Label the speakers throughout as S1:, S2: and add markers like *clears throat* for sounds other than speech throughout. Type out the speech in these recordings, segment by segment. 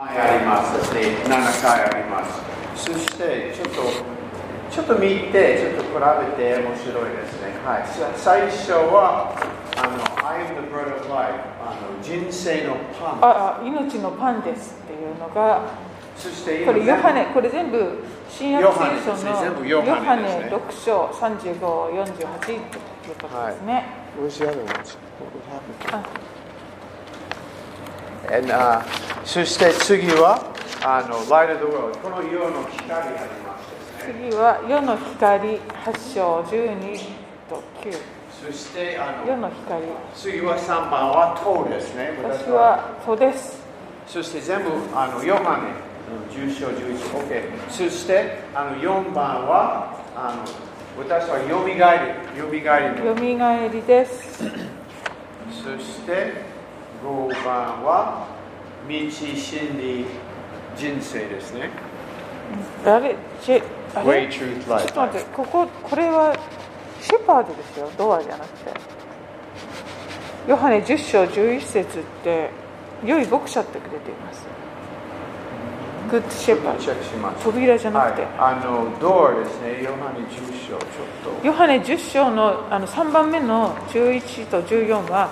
S1: ますし7回ありますそしてちょっとちょっと見てちょっと比べて面白いですねはいさ最初はあの I am the bread of life あの人生のパン
S2: ああ命のパンですっていうのが
S1: そして今
S2: これヨハネこれ全部新約聖
S1: ヨ
S2: 書
S1: ハネですね全
S2: の
S1: 部
S2: ヨ
S1: ヨ
S2: ハ
S1: ハ
S2: ネ
S1: ネですね
S2: 6章3548ということですね、
S1: Where's the other one? What happened?
S2: あ
S1: And, uh, そして次はあの Light of the World この世の光がありますですね
S2: 次は世の光8章12と9
S1: そしてあ
S2: 世
S1: の
S2: の光
S1: 次は3番は塔ですね
S2: 私は戸です
S1: そして全部あのヨハネ10章11 OK そしてあの4番はあの私はよみがえりよみがえりの
S2: よみがえりです
S1: そして5番は道真理人生ですね
S2: 誰ジェあ
S1: Way
S2: れ
S1: Truth
S2: ちょっ
S1: Life
S2: と待ってこここれはシェパードですよドアじゃなくてヨハネ10章11節って良い牧者ってくれていますグッドシェパ
S1: チェ
S2: ー
S1: ックします
S2: ド扉じゃなくて、
S1: はい、あのドアですね、ヨハネ10章、ちょっと。
S2: ヨハネ10章のあの3番目の11と14は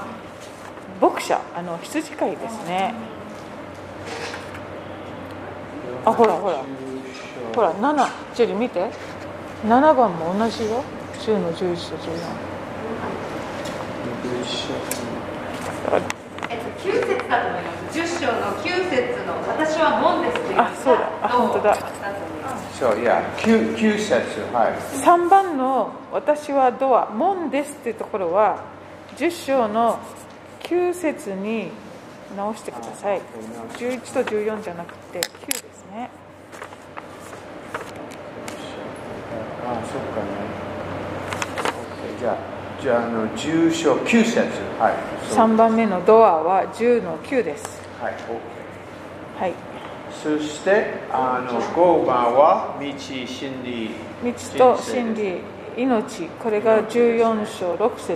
S2: 牧者あの羊飼いですねあほらほらほら7ジェリー見て7番も同じよ10の11と14
S3: えっと、9節だと思います。10章の9節の私は門ですと言った
S2: あそうだあ本当だ
S3: とだと思います。
S1: そう、いや、9節、はい。
S2: 3番の「私はドア」「門です」っていうところは10章の9節に直してください11と14じゃなくて9ですね
S1: あ、そっかね。OK じゃあ、じゃあ、あの、10章、9節、はい。そう
S2: 3番目の「ドア」は10の9です
S1: はい、
S2: はい
S1: OK。そして、あの、5番は、道真理。
S2: 道と
S1: 人生
S2: 真
S1: です。
S2: 理命これが14章6節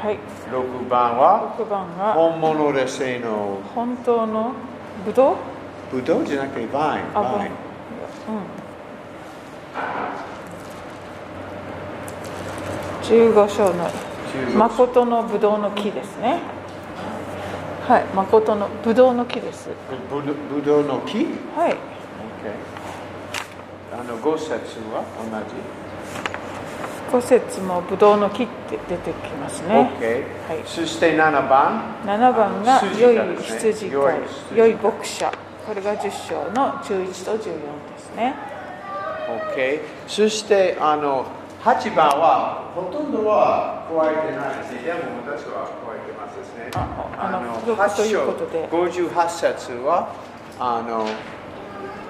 S1: OK。
S2: はい
S1: 6番は、
S2: 6番が
S1: 本物で性の、
S2: 本当のブドウ
S1: ぶどうじゃなくて、バイン、
S2: あ
S1: バイン。
S2: 15章の
S1: 15
S2: 誠のブドウの木ですねはい誠のブドウの木です
S1: ぶぶぶどうの木
S2: はい
S1: あの5節は同じ。
S2: 五節もブドウの木って出てきますね
S1: OK、
S2: はい
S1: そして7番。
S2: 7番が
S1: あの
S2: 良
S1: 羊飼い
S2: い
S1: ですね
S2: 羊飼
S1: 良い
S2: い
S1: 羊
S2: 良い牧者これが10章の11と14ですね
S1: OK、そしてあの8番はほとんどは加えてないですね。でも私は加えてますですね。
S2: ああの付
S1: 8
S2: 録
S1: 章
S2: ということで
S1: 58節はあの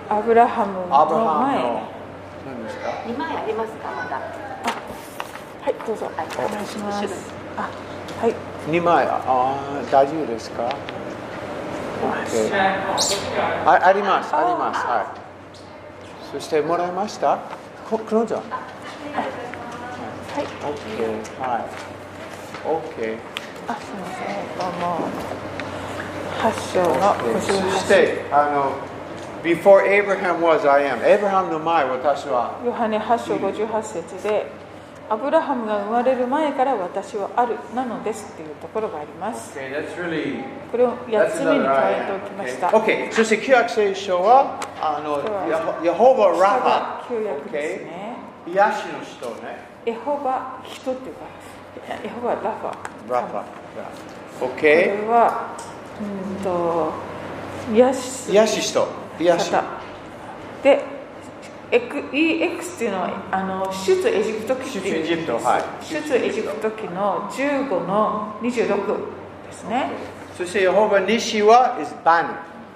S2: アブラハムの
S1: アブラ
S2: 前
S1: ハムの何ですか
S3: 2枚ありますかまだ。
S2: はいどうぞ
S3: はい
S2: お願いします
S3: 後ろ
S2: あはい
S1: 2枚ああー大丈夫ですか OK あありますありますはいそしてもらいましたこクローズはい
S2: はい
S1: OK はい OK
S2: あ、すみません、どうも。八章の
S1: で
S2: 五
S1: そ
S2: 十
S1: し
S2: 八。
S1: てあの Before Abraham was I am エブラハムの前私は
S2: ヨハネ八章五十八節で。アブラハムが生まれる前から私はあるなのですっていうところがあります。
S1: Okay, that's really
S2: これを八
S1: that's
S2: つ目に
S1: another
S2: 加
S1: I
S2: えてお
S1: am.
S2: きました。
S1: Okay. Okay, そして旧約聖書はあのヤホバ・ラ
S2: 下が
S1: ハ
S2: 旧約ですね。
S1: OK 癒しの人ね
S2: エホバ人っていうか、エホバラファ。
S1: ラハ
S2: こ
S1: OK
S2: れは、うんと、癒し
S1: 癒し人癒し
S2: 方でエク EX っていうのはあの出エジプト記っていう
S1: 出エジプトはい
S2: 出エジプト記の15の26ですね
S1: そして、ヨホバ西は、is バ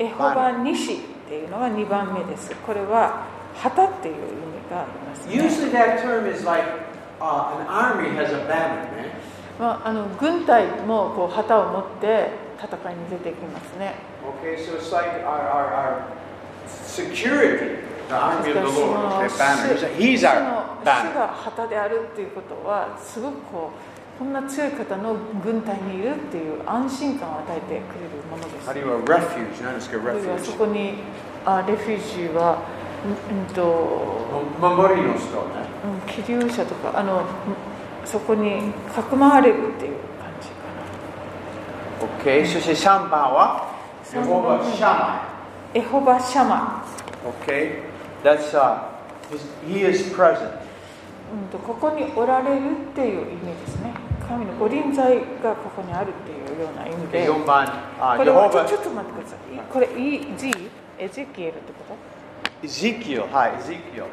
S1: ニ。
S2: エホバ西っていうのが2番目ですこれは旗っていう意味がありますね、
S1: Usually that term is like、an uh, army has a banner, ね。
S2: まあ、あの軍隊もこう旗を持って戦いに出てきますね
S1: Okay, so it's like our, our, our security, the
S2: そ
S1: army
S2: し
S1: of the
S2: てそ
S1: Lord.
S2: の
S1: Okay, banner.
S2: 主
S1: He's
S2: 主
S1: our
S2: の
S1: banner.
S2: 主が旗であるっていうことはすごくこうこんな強い方の軍隊にいるっていう安心感を与えてくれるものです
S1: How do you a refuge? 何ですか、
S2: あるいはそ
S1: refuge?
S2: こにあレフュージーは、うんうんと
S1: も守りの人ね。
S2: うん気流者とかあのうんそこにかくまわれるっていう感じかな
S1: OK、そして3番は、
S2: 三
S1: ヨ
S2: 番
S1: ホバ・シャマイ。
S2: エホバシャマ、
S1: Okay, that's uh, his, he is present.
S2: うん、とここにおられるっていう意味ですね神のご臨在がここにあるっていうような意味
S1: Okay,
S2: で
S1: 4番、
S2: こ
S1: あ
S2: れ
S1: ヨ
S2: は
S1: ホ
S2: ちょ
S1: バ
S2: ちょっと待ってくださいいこれイージーエゼキエルってこと
S1: Ezekiel はい、Ezekiel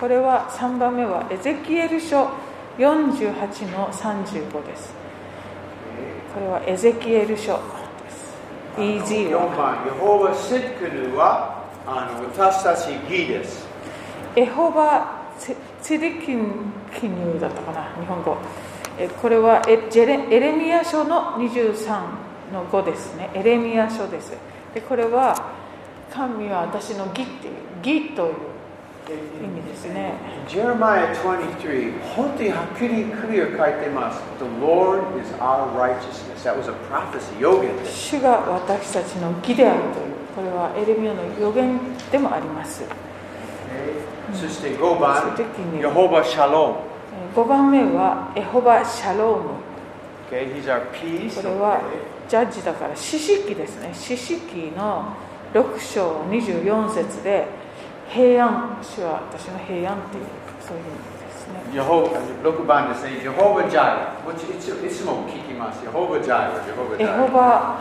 S2: これは3番目はエゼキエル書48の35です。これはエゼキエル書です。EG
S1: 4
S2: は
S1: 番、ヨホバ・シックヌはあの私たち義です。
S2: エホバ・チリキン・キニューだったかな、日本語。えこれはエジェレエレミア書の23の5ですね。エレミア書です。でこれは神は私の義っていう、義という意味ですね。
S1: Jeremiah 23、本当にはっきりクリア書いてます。The Lord is our righteousness. That was a prophecy, 予言です。
S2: 主が私たちの義であるという、これはエレミアの予言でもあります。
S1: そして5番
S2: その時、に
S1: ヨホバ・シャローム。
S2: 5番目はエホバ・シャローム
S1: Okay, he's our peace.
S2: これはジャッジだから四式ですね四式の6章24節で平安主は私の平安っていうそういう意味ですね
S1: ヨホ6番ですね、ヨホバジャイロ。もちいついつも聞きます。ヨホバジャイロ、ヨホバジ
S2: エ
S1: ャ
S2: ホ
S1: イロ。
S2: バ・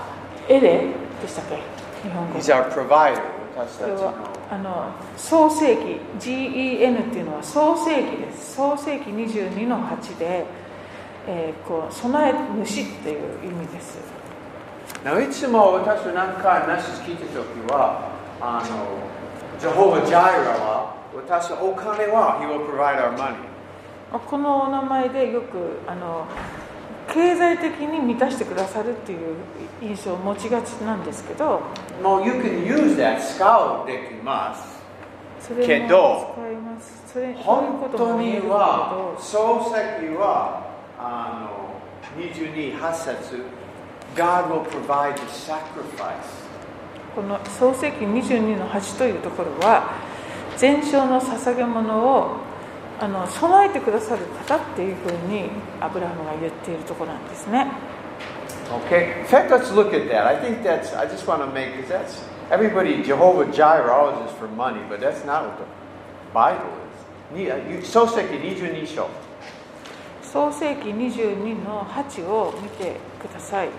S2: エレでしたっけ日本語
S1: He's our provider. 私
S2: こ
S1: たち
S2: れは
S1: の。
S2: あの創世紀 GEN っていうのは創世紀です創世紀22の8で、えーこう備え主っていう意味です
S1: なおいつも私は何か話聞いたときは、あの、ジョホバジャイロは、私はお金は、He will provide our money。
S2: まあこのお名前でよくあの経済的に満たしてくださるっていう印象を持ちがちなんですけど
S1: もう、You can use that, 使うできます。
S2: それも
S1: けど
S2: 使いますそれそういう
S1: 本
S2: こと
S1: 当
S2: も言える
S1: に
S2: んだけ
S1: は
S2: ど、
S1: 創世記は、あの、22、8節 God will provide the sacrifice.
S2: この創世紀22の8というところは全焼の捧げ物をあの備えてくださる方っていうふうにアブラハムが言っているところなんですね
S1: Okay. In fact, let's look at that. I think that's. I just want to make because that's everybody. Jehovah Jireh always is for money, but that's not what the Bible is. Ni- uh, you- Soseki Nijun Nisho.
S2: 創世紀22の8を見てください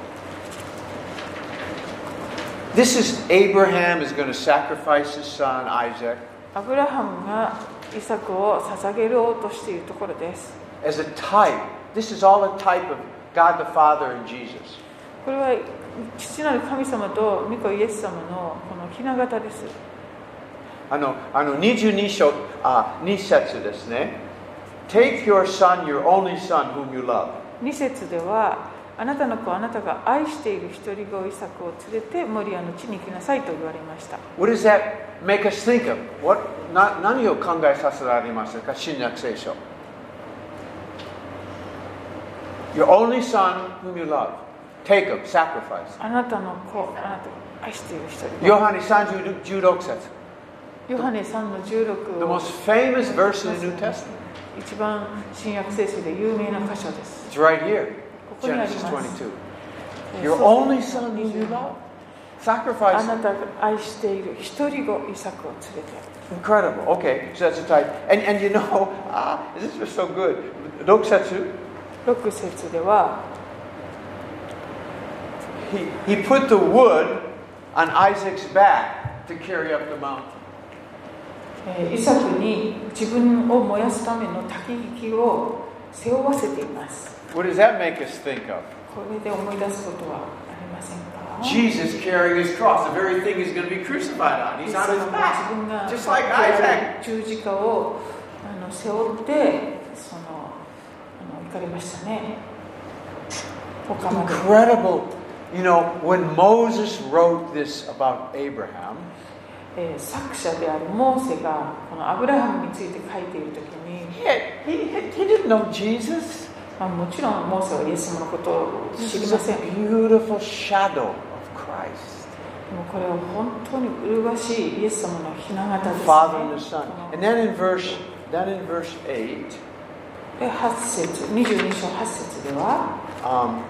S1: This is Abraham is going to sacrifice his son Isaac
S2: アブラハムがイサクを捧げようとしているところです
S1: as a type. This is all a type of God the Father and Jesus.
S2: これは父なる神様と御子イエス様のこの雛形です
S1: uh, あの、あの、22章、あ、2節ですね。Take your son, your only son, whom you love.
S2: 2節ではあなたの子あなたが愛している一人子イサクを連れてモリアの地に行きなさいと言われました
S1: What does that make us think of? What, な何を考えさせられましたか新約聖書。Your only son whom you love, take him, sacrifice.
S2: あなたの子あなたが愛している一人
S1: ヨハネ3 16節。
S2: 子ヨハネ3の
S1: The
S2: 16
S1: most
S2: を
S1: famous verse in the New Testament.
S2: 一番新約聖書で有名な箇所です
S1: It's right here,
S2: ここにあり
S1: Genesis
S2: ます
S1: 22.
S2: えー
S1: Your
S2: そう
S1: only son whom you love,
S2: あ
S1: sacrifice.
S2: なたが愛している一人子イサクを連れて
S1: Incredible. Okay, so that's a type. And, and you know, *laughs* ah, this was so good. 6節。
S2: 6節では
S1: He, he put the wood on Isaac's back to carry up the mountain.
S2: えーイサクに自分を燃やすための焚き引きを背負わせています
S1: What does that make us think of?
S2: これで思い出すことはありませんか
S1: Jesus carrying his cross, the very thing he's going to be crucified on.
S2: イ
S1: He's
S2: サク
S1: on his
S2: が自
S1: back.
S2: 分が
S1: Just like Isaac.
S2: 十字架をあの背負ってそのあの行かれましたね。他まで
S1: Incredible. You know, when Moses wrote this about Abraham,
S2: えー作者であるモーセがこのアブラハムについて書いているときに
S1: he, had- he, had- he didn't know Jesus.
S2: まあ、もちろんモーセはイエス様のことを知
S1: This
S2: り
S1: is
S2: ません
S1: a
S2: で
S1: beautiful shadow of Christ,
S2: もこれは本当に麗しいイエス様のひな
S1: the
S2: 形です、ね
S1: Father and the Son.
S2: この
S1: And then in verse, then in verse 8,
S2: で8節22章8節では
S1: um,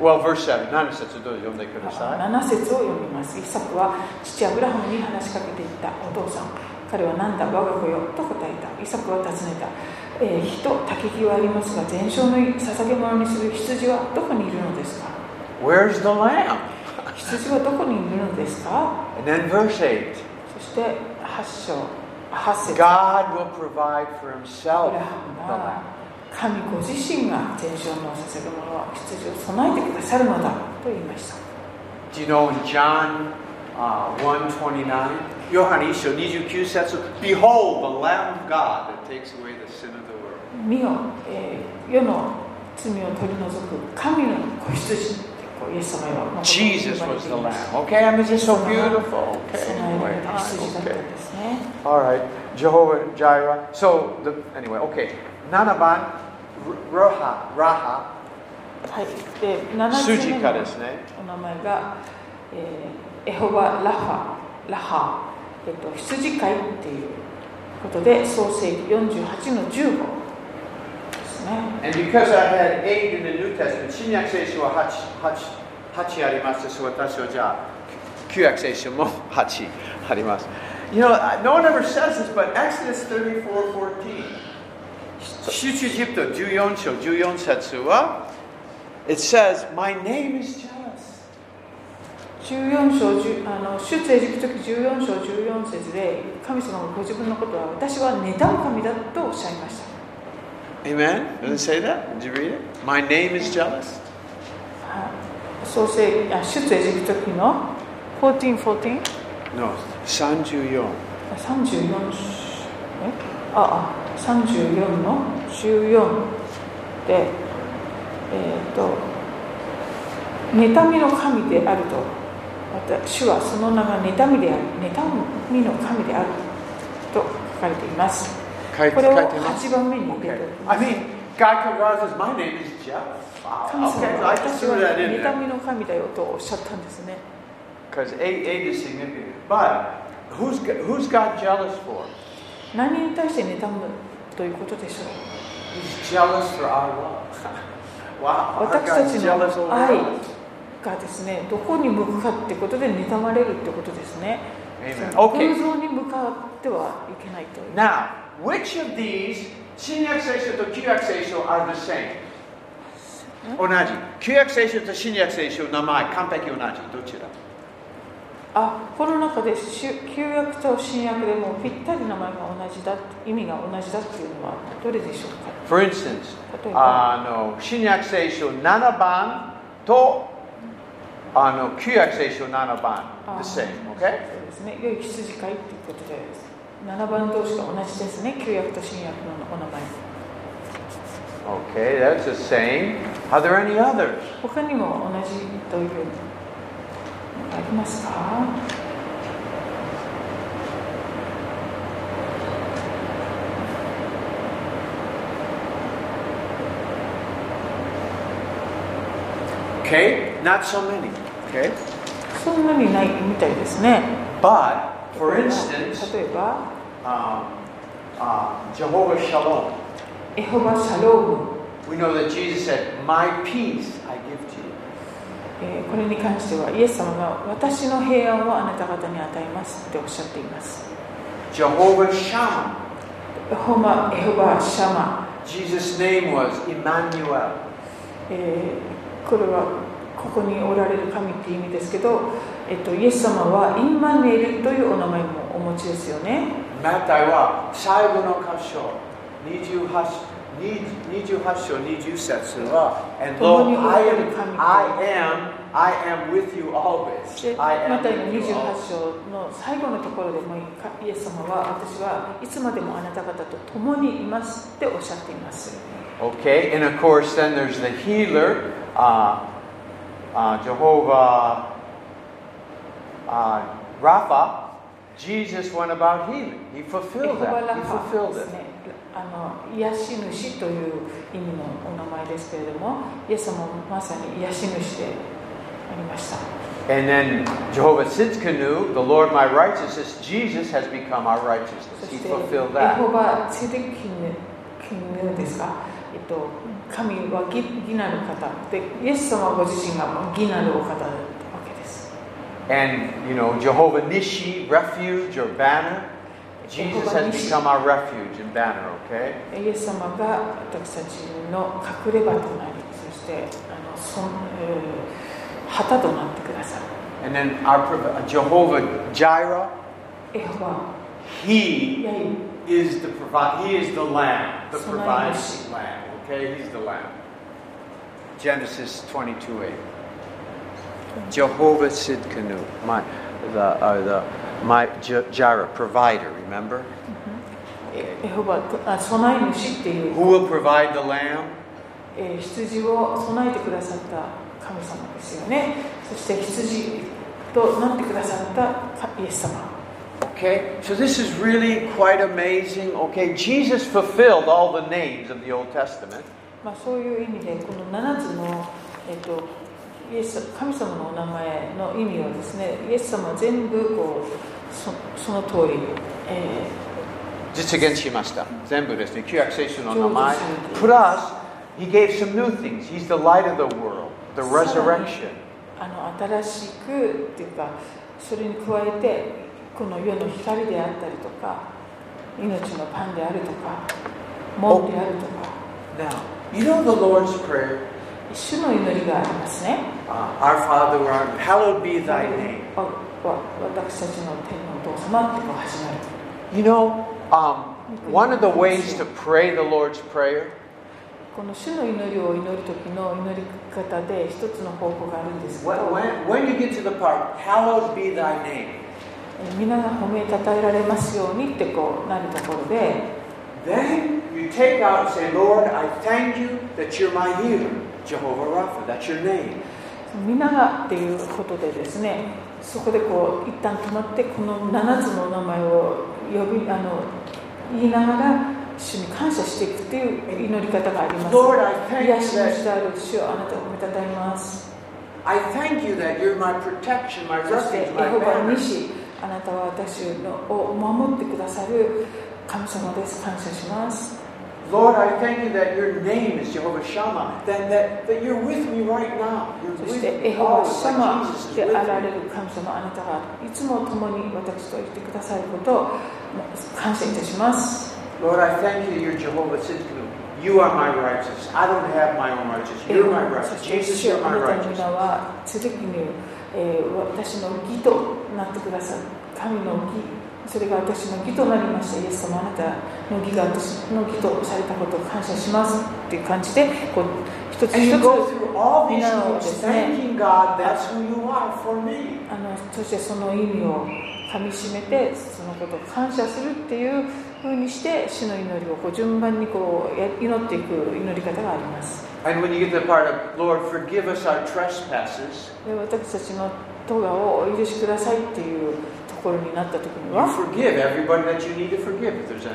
S1: well, verse 7, 7節どう読んでください
S2: 7節を読みますイサクは父アブラハムに話しかけていったお父さん彼は何だ我が子よと答えたイサクは尋ねた、えー、人焚き木はありますが全焼の捧げ物にする羊はどこにいるのですか
S1: Where's the lamb?
S2: 羊はどこにいるのですか
S1: And then verse 8
S2: そして8章8節
S1: God will provide for
S2: ア
S1: himself
S2: ブ
S1: the
S2: ラハムは
S1: lamb.
S2: 神ご自身が全焼の捧げ物は羊を備えてくださるのだと言いました
S1: Do you know in John uh, 129? ヨハネ一章29節 Behold, the Lamb of God that takes away the sin of the world.
S2: 見よ、えー世の罪を取り除く神の子羊ってこうイエス様は
S1: Jesus was the Lamb. Okay, I mean, it's so beautiful. Okay,
S2: その間
S1: anyway.
S2: の羊だった
S1: Okay.
S2: んですね
S1: All right, Jehovah Jireh. So, the, anyway, okay. Nanaban, Raha, Raha,
S2: はいで7つ目
S1: 筋か
S2: の
S1: ですね。
S2: お名前が、えーエホバ・ラファラハ、えっと羊飼いっていうことで創世紀48の15ですね
S1: And because I had eight in the New Testament, 新約聖書は8、8、8あります。そう私はじゃあ、旧約聖書 *laughs* も8あります。You know, I- no one ever says this, but Exodus 34, 14. 出エジプト14章14節は、It says, My name is Jesus.
S2: 14章10あの出エジプト記14章14節で神様がご自分のことは私は妬う神だとおっしゃいました
S1: Amen? Did it say that? Did you read it? My name is jealous.
S2: はい創世あ出エジプト記の 1414?
S1: No, 34.
S2: あ34えああ34の14でえっ、と妬みの神であるとまた主はその名が妬みである妬みの神であると書かれています
S1: 書いて
S2: これを
S1: 書いてます。
S2: 8番目に入れ
S1: Okay. I mean,
S2: ておきます
S1: God comes around and says, My name is Jeff.
S2: 神
S1: Wow. Okay,
S2: 様は
S1: so I can throw
S2: 私は
S1: that in there.
S2: 妬みの神だよとおっしゃったんですね
S1: Because eight, eight is significant. But who's, g- who's God jealous for?
S2: 何に対して妬むということでしょう
S1: He's jealous for our love. *laughs* wow.
S2: 私
S1: Our
S2: た
S1: God's
S2: ち
S1: jealous
S2: の
S1: over
S2: 愛
S1: us.
S2: がですねどこに向くかってことで妬まれるってことですね
S1: Amen.
S2: その偶
S1: Okay.
S2: 像に向かってはいけないという
S1: Now, which of these, 新約聖書と旧約聖書 are the same? 同じ。旧約聖書と新約聖書の名前、完璧同じ。どちら
S2: あこの中でし旧約と新約でもぴったり名前が同じだ意味が同じだっていうのはどれでしょうか
S1: For instance,
S2: 例えば
S1: あの新約聖書7番とあの旧約聖書7番
S2: あ
S1: the same, okay?
S2: そうですね良い羊飼いっていうことで7番同士が同じですね旧約と新約のお名前
S1: Okay, that's the same. Are there any others?
S2: 他にも同じというのがありますか
S1: Okay, not so many. Okay,
S2: そんなにないみたいですね
S1: but for instance,
S2: 例えば
S1: um, uh, Jehovah Shalom.
S2: エホバ・シャローム、
S1: We know that Jesus said, "My peace I give to you."
S2: えーこれに関してはイエス様が私の平安をあなた方に与えますっておっしゃっています
S1: Jehovah Shammah.
S2: エホマ・エホバ・シャマ、
S1: Jesus' name was Emmanuel.
S2: えーこれはここにおられる神って意味ですけど、えっと、イエス様はインマヌエルというお名前もお持ちですよね
S1: マタイは最後の箇所28 28章20節は「And
S2: 共
S1: lo,
S2: に
S1: I
S2: おられる
S1: am,
S2: 神
S1: I am, I am with you always.
S2: で
S1: I
S2: マ
S1: am
S2: タイの
S1: with you
S2: 28
S1: always.
S2: 章の最後のところでもイエス様は私はいつまでもあなた方と共にいますっておっしゃっています
S1: Okay, and of course, then there's the healer, uh, uh, Jehovah uh, Rapha. Jesus went about healing. He
S2: エホ
S1: fulfilled
S2: バ
S1: that.
S2: ラ
S1: He
S2: ファ
S1: fulfilled
S2: で
S1: it.
S2: すね。あの癒し主という意味のお名前ですけれどもイエス様もまさに癒し主でありました
S1: And then Jehovah Sidkenu, the Lord my righteousness, Jesus has become our
S2: そ
S1: righteousness.
S2: し
S1: He
S2: てエホ
S1: fulfilled that.
S2: バ・セデキヌキヌですか、えっと、神は義義なる方でイエス様ご自身が義なるお方だったわけです
S1: And, you know, Jehovah Nishi, refuge or banner. Jesus
S2: Jehovah
S1: has
S2: Nishi.
S1: become our refuge and banner, okay?
S2: イエス様が私たちの隠れ場となりそしてあのそん、えー旗となってくださる
S1: And then our prov- Jehovah Jireh,
S2: エホバ
S1: he
S2: やい
S1: is the provi- he is the lamb, the
S2: So
S1: providing
S2: nice.
S1: lamb, okay? He's the lamb. Genesis 22:8. Jehovah Sidkenu, my the uh, the my J- Jireh provider, remember?
S2: えエホバあ備え主っていう
S1: Who、will provide the lamb?
S2: えー羊を備えてくださった神様ですよねそして羊となってくださったかイエス様
S1: Okay, so this is really quite amazing. Okay, Jesus fulfilled all the names of the Old Testament.
S2: まあ、そういう意味でこの7つの、えっと、イエス神様のお名前の意味をですねイエス様は全部こうそその通り、え
S1: 実現しました。全部ですね。旧約聖書の名前。
S2: 成就する。
S1: Plus, he gave some new things. He's the light of the world, the
S2: さらに。
S1: resurrection.
S2: ーあの新しくっていうかそれに加えてこの世の光であったりとか命のパンであるとか門であるとか
S1: Now, you know the Lord's Prayer?
S2: 一種の祈りがありますね
S1: Uh, our Father, who art- hallowed be
S2: あ
S1: thy name.
S2: わ私たちの天のお父様ってこう始まる
S1: You know, um, one of the ways to pray the Lord's Prayer
S2: この主の祈りを祈る時の祈り方で一つの方法があるんですけど
S1: when, when, when you get to the part, hallowed be thy name,
S2: えー皆が褒めたたえられますようにってこうなるところで
S1: then you take out and say, Lord, I thank you that you're my healer, Jehovah Rapha. That's your name.
S2: 皆がっていうことでですねそこでこう一旦止まってこの7つのお名前を呼びあの言いながら主に感謝していくっていう祈り方があります
S1: Lord, I thank
S2: 癒
S1: you
S2: しの
S1: that
S2: 主である主をあなたを褒めたたえます
S1: I thank you that you're my protection, my
S2: そしてエ
S1: refuge, my
S2: ホバ
S1: banner.
S2: 西あなたは私のを守ってくださる神様です感謝します
S1: Lord, I thank you that your name is Jehovah Shammah, that, that, that you're with me right now. You're
S2: そし
S1: with
S2: て
S1: me
S2: エホバ
S1: always,
S2: 様
S1: like Jesus is
S2: で
S1: with
S2: あられ
S1: me.
S2: る神様あなたがいつも共に私といてくださることを感謝いたします
S1: Lord, I thank you you're Jehovah Sidkenu. You are my righteousness. I don't have my own righteousness.
S2: エホ
S1: You're my
S2: バそ
S1: righteousness.
S2: して
S1: Jesus,
S2: 主あ
S1: you're
S2: な
S1: my
S2: たの皆
S1: righteousness.
S2: は続きに、えー私の義となってくださる神の義それが私の義となりましたイエス様あなたの義が私の義とされたことを感謝しますっていう感じでこう一つ
S1: And
S2: 一
S1: you
S2: つ
S1: go through all these
S2: No,
S1: things,
S2: it's not.
S1: thanking God, that's who you are for me.
S2: あのそしてその意味をかみしめてそのことを感謝するっていうふうにして主の祈りをこう順番にこうや祈っていく祈り方があります
S1: And when you get to the part of, Lord, forgive us our trespasses,
S2: で私たちの咎をお許しくださいっていうところになった時に
S1: you
S2: は
S1: forgive everybody that you need to forgive if there's anybody.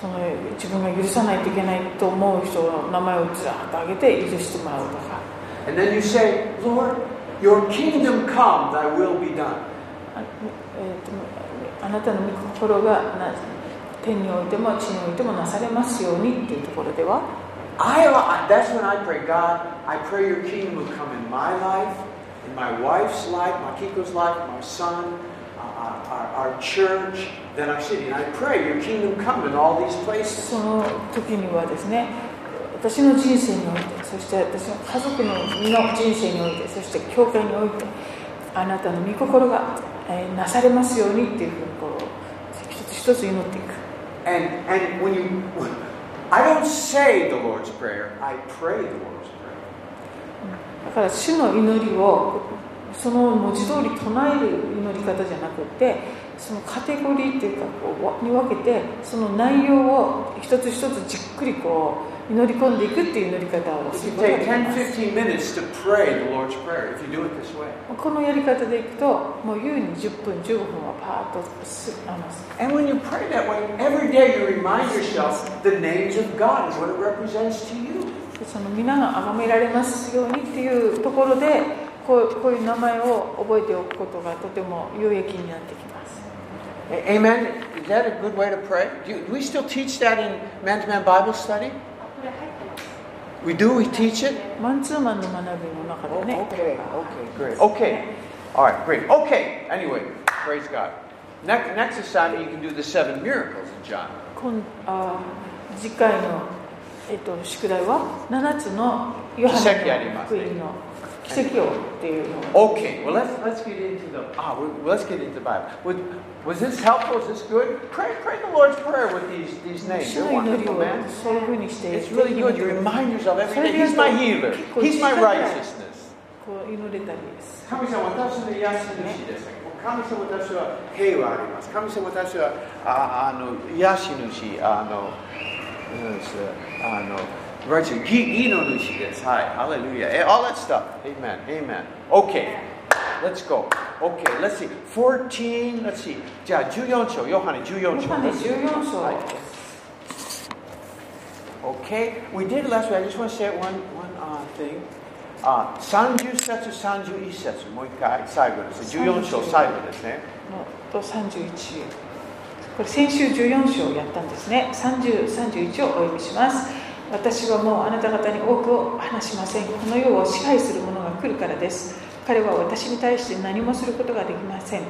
S2: その自分が許さないといけないと思う人の名前をずらっと挙げて許してもらうとか
S1: And then you say, Lord, your kingdom come, thy will be done.
S2: あ,、えーとあなたの御心がな天においても地においてもなされますようにっていうところでは
S1: I, I- that's when I pray, God, I pray your kingdom will come in my life, in my wife's life, Makiko's life, my son, uh, our, our, our church, then our city. And I pray your kingdom come in all these places.
S2: その時にはですね私の人生においてそして私の家族のの人生においてそして教会においてあなたの御心が、えーなされますようにっていうふうにこう一つ一つ祈っていく
S1: And, and when you, *laughs* I don't say the Lord's Prayer, I pray the Lord's Prayer.
S2: だから主の祈りをその文字通り唱える祈り方じゃなくてそのカテゴリーっていうかこうわに分けてその内容を一つ一つじっくりこう祈り込んでいくっていう祈り方を
S1: It
S2: す
S1: can
S2: ごいや
S1: take
S2: りま
S1: 10,
S2: す
S1: 15 minutes to pray the Lord's Prayer if you do it this way.
S2: このやり方でいくともう優に10分15分はパーッとすあの
S1: And when you pray that way, every day you remind yourself the names of God is what it represents to you.
S2: その皆が崇められますようにっていうところでこうこういう名前を覚えておくことがとても有益になってきます
S1: A- Amen. Is that a good way to pray? Do, you- do we still teach that in Man's Man Bible Study?
S3: これ入ってます
S1: We do. We teach it.
S2: マンツーマンの学びの中でね
S1: Oh, okay. Okay. Great. Okay. All right. Great. Okay. Anyway, praise God. Next, next assignment, you can do the seven miracles in John.
S2: 今あー次回の、えっと、宿題は7つのヨハ
S1: 奇跡あり
S2: ネの
S1: ます
S2: 福
S1: ね
S2: 音の奇跡をっていうのを
S1: Okay. Well, let's let's get into the ah. we- well, let's get into the Bible. Was, was this helpful? Is this good? Pray pray the Lord's prayer with these these names.
S2: 主
S1: They're
S2: の祈り
S1: wonderful,
S2: を
S1: man.
S2: そういうふうにして
S1: It's really good to
S2: こ
S1: remind yourself every day. He's my healer. He's my righteousness.
S2: う祈れたりです
S1: 神様私の癒し主です。神様私は平和あります。神様私はああの癒し主、あの、なんですあの、virtue、義義の主です。はい、ハレルヤ。え、all Eh, that stuff. Amen, amen. Okay, let's go. Okay, let's see. 14, let's see. じゃあ14章、ヨハネ
S2: ヨ
S1: 14章。
S2: ハネ14章、
S1: はい Okay, we did last week. I just want to say one, one uh, thing. Uh, 30節、31節、もう一回、最後です。14章最後ですね。
S2: のと31これ先週14章をやったんですね3031をお読みします私はもうあなた方に多くを話しませんこの世を支配する者が来るからです彼は私に対して何もすることができません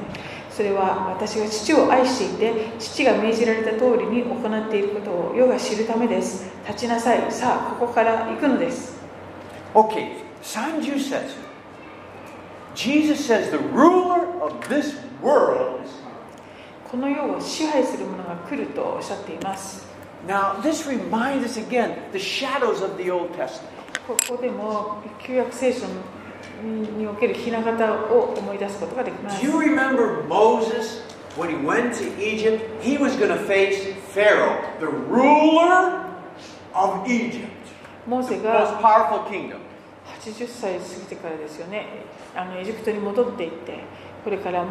S2: それは私が父を愛していて父が命じられた通りに行っていることを世が知るためです立ちなさいさあここから行くのです
S1: Okay, 30節。Jesus says the ruler of this world is coming.
S2: この世を支配する者が来るとおっしゃっています
S1: Now, this reminds us again the shadows of the Old Testament.
S2: ここでも旧約聖書におけるひな形を思い出すことができます
S1: Do you remember Moses when he went to Egypt? He was going to face Pharaoh, the ruler of Egypt,
S2: モー
S1: the most
S2: セが
S1: powerful kingdom.
S2: 80歳過ぎてからですよねあのエジプトに戻っていってこれから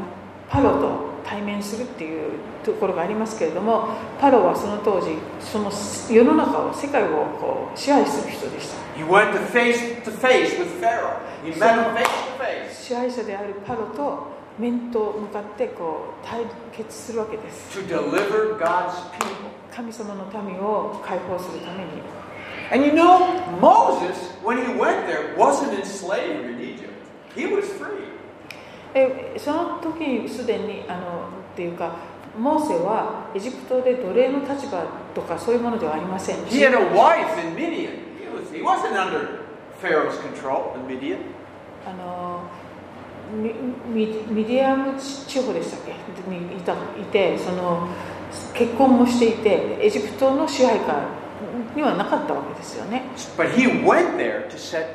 S2: パロと対面するっていうところがありますけれどもパロはその当時その世の中を世界をこう支配する人でした
S1: He went to face to face with Pharaoh. He met him face to face
S2: 支配者であるパロと面と向かってこう対決するわけです
S1: to deliver God's people.
S2: 神様の民を解放するために
S1: And you know, Moses, when he went there, wasn't in slavery in Egypt. He was free.
S2: えその時にすでにあのっていうかモーセはエジプトで奴隷の立場とかそういうものではありません
S1: He had a wife in Midian. He, was, he wasn't under Pharaoh's control in Midian.
S2: あのミミミディアム地方でしたっけにいたいてその結婚もしていてエジプトの支配下にはなかったわけですよね
S1: But he went there to set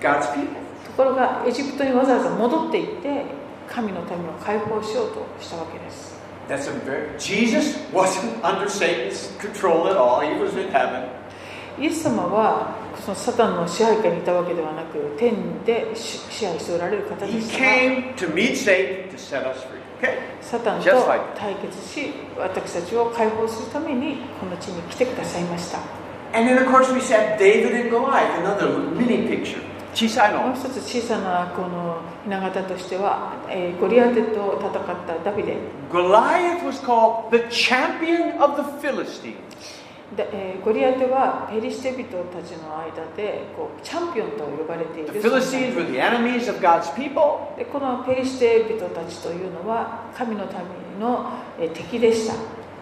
S1: God's people.
S2: ところがエジプトにわざわざ戻っていって神の民を解放しようとしたわけです
S1: That's a very Jesus wasn't *laughs* under Satan's control at all. He was in heaven.
S2: イエス様はそのサタンの支配下にいたわけではなく天で支支配しておられる方で
S1: He
S2: したが
S1: came to meet Satan to set us free. Okay?
S2: サタンと
S1: Just like-
S2: 対決し私たちを解放するためにこの地に来てくださいました
S1: And then, of course, we said David and Goliath, another mini picture.
S2: もう
S1: Chisano.
S2: 一つ小さなこの雛形としては、えーゴリアテと戦ったダビデ
S1: Goliath was called the champion of the Philistines.
S2: で、えーゴリアテはペリシテ人たちの間でこうチャンピオンと呼ばれてい
S1: The
S2: る
S1: Philistines were the enemies of God's people.
S2: でこのペリシテ人たちというのは神の民のえー敵でした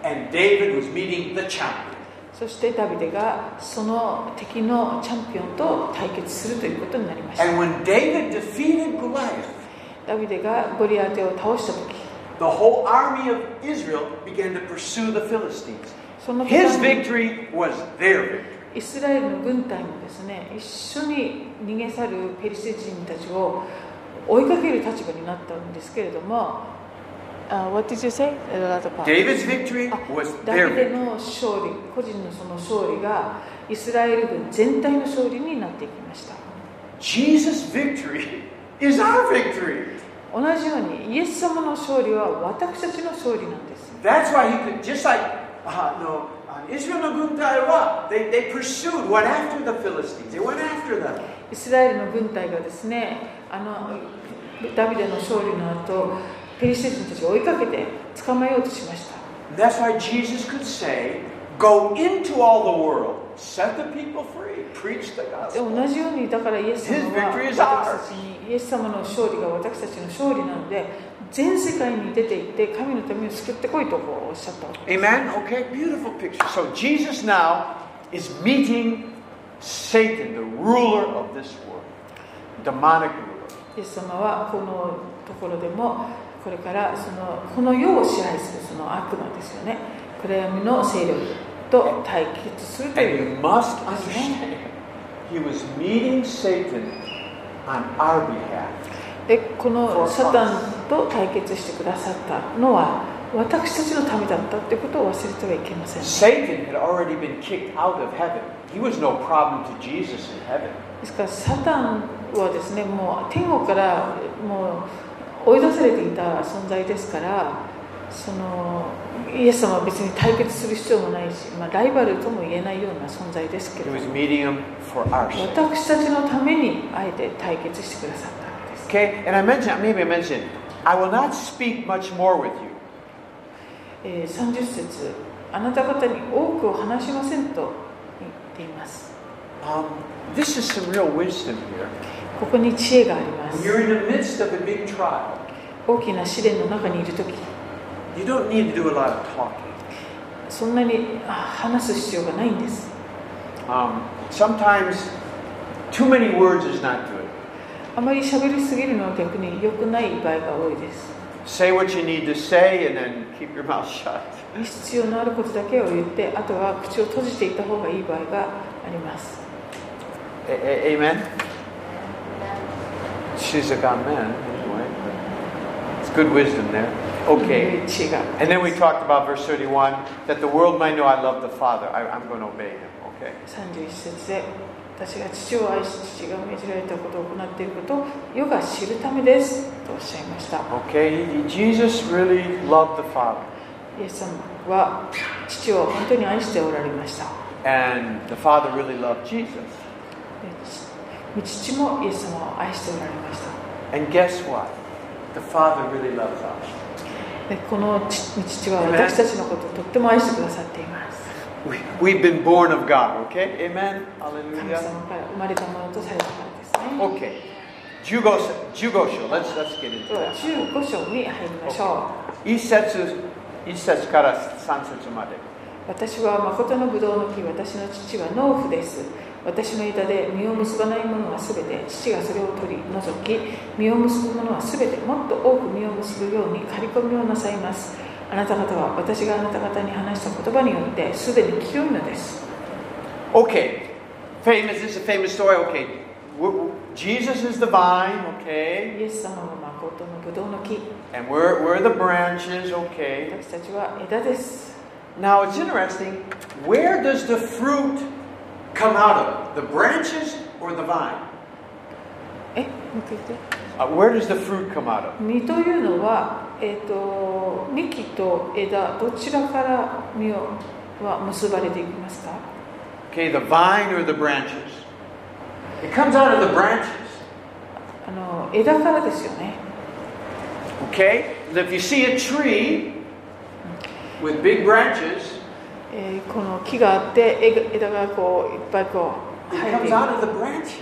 S1: And David was meeting the champion.
S2: そしてダビデがその敵のチャンピオンと対決するということになりました
S1: And when David defeated Goliath,
S2: ダビデがゴリアテを倒した時
S1: the whole army of Israel began to pursue the Philistines.
S2: その
S1: His
S2: 途端に
S1: victory was their victory.
S2: イスラエルの軍隊もですね一緒に逃げ去るペリシテ人たちを追いかける立場になったんですけれども Uh, what did you say? The latter part.
S1: David's victory
S2: あ
S1: was
S2: ダビデ
S1: their
S2: の勝利、個人のその勝利がイスラエル軍全体の勝利になっていきました。
S1: Jesus' victory is our victory.
S2: 同じようにイエス様の勝利は私たちの勝利なんです。
S1: That's why he could, just like uh, no, uh, Israel no Guntai they, they pursued, went after the Philistines. They went after them.
S2: イスラエルの軍隊がですね、あのダビデの勝利の後、ペリシテ人たちを追いかけて捕まえようとしました。
S1: That's why Jesus could say, Go into all the world, set the people free, preach the
S2: で
S1: gospel.
S2: 同じようにだからイエス様
S1: His
S2: は
S1: victory is
S2: 私たちにイエス様の勝利が私たちの勝利なので全世界に出て行って神のために救ってこいとこうおっしゃったわけ
S1: Amen? Okay, beautiful picture. So Jesus now is meeting Satan, the ruler of this world, demonic ruler.
S2: イエス様はこのところでもこれからそのこの世を支配するその悪魔ですよね暗闇の勢力と対決すると
S1: And
S2: いう
S1: you must understand, he was meeting Satan on our behalf.
S2: でこのサタンと対決してくださったのは私たちのためだったということを忘れてはいけません
S1: Satan had already been kicked out of heaven. He was no problem to Jesus in heaven.
S2: ですからサタンはですねもう天国からもう追い出されていた存在ですからそのイエス様は別に対決する必要もないし、まあ、ライバルとも言えないような存在ですけ
S1: He
S2: れど
S1: was meeting him for our sake.
S2: 私たちのためにあえて対決してくださったわけです
S1: Okay, and I mentioned, maybe I mentioned, I will not speak much more with you.
S2: えー30節あなた方に多くを話しませんと言っています
S1: Um, this is some real wisdom here.
S2: ここに知恵がありま
S1: When
S2: す
S1: you're in the midst of a big trial,
S2: 大きな試練の中にいる時
S1: you don't need to do a lot of talking.
S2: そんなにあ話す必要がないんです
S1: Um, sometimes too many words is not good.
S2: あまり喋りすぎるのは逆に良くない場合が多いです。
S1: Say what you need to say and then keep your *laughs* mouth shut.
S2: 必要のあることだけを言って、あとは口を閉じていた方がいい場合があります。
S1: A- a- amen? She's a god man, anyway. It's good wisdom there. Okay.
S2: 違う。
S1: And then we talked about verse 31 that the world might know I love the Father. I, I'm going to obey him. Okay.
S2: 31節で、私が父を愛し、父が命じられたことを行っていることを世が知るためです。とおっしゃいました。
S1: Okay. Jesus really loved the Father.
S2: イエス様は父を本当に愛しておられました。
S1: And the Father really loved Jesus.
S2: で父もイエス様を愛しておられました。
S1: And guess what? The Father really loves us.
S2: でこの父父は私たちのことをとっても愛してくださっています。
S1: We, we've been born of God. Okay. Amen.
S2: 神
S1: Hallelujah.
S2: 様から生まれたものとされたからですね。
S1: Okay. Jugos, jugosho. Let's, let's get into
S2: では
S1: that.
S2: 15章に入りましょう。
S1: 1節1節から3節まで。
S2: 私は誠のブドウの木、私の父は農夫です。私の枝で実を結ばないものはすべて、父がそれを取り除き、実を結ぶものはすべて、もっと多く実を結ぶように刈り込みをなさいます。あなた方は私があなた方に話した言葉によって、すでに清いのです。
S1: Okay, famous. This is a famous story. Okay, we're, Jesus is the vine.
S2: イ
S1: Okay,
S2: エス様は誠のブドウの木、
S1: and we're we're the branches. Okay.
S2: 私たちは枝です。
S1: Now it's interesting. Where does the fruit come out of? The branches or the vine?
S2: え、もう一回言って。
S1: Uh, where does the fruit come out of?
S2: 実というのは、えー、と幹と枝どちらから実をは結ばれていきますか
S1: Okay, the vine or the branches? It comes out of the branches.
S2: あの枝からですよね
S1: Okay, if you see a tree with big branches,
S2: えーこの木があって枝枝がこういっぱいこう
S1: It
S2: 生えてい
S1: comes
S2: る
S1: out of the branches.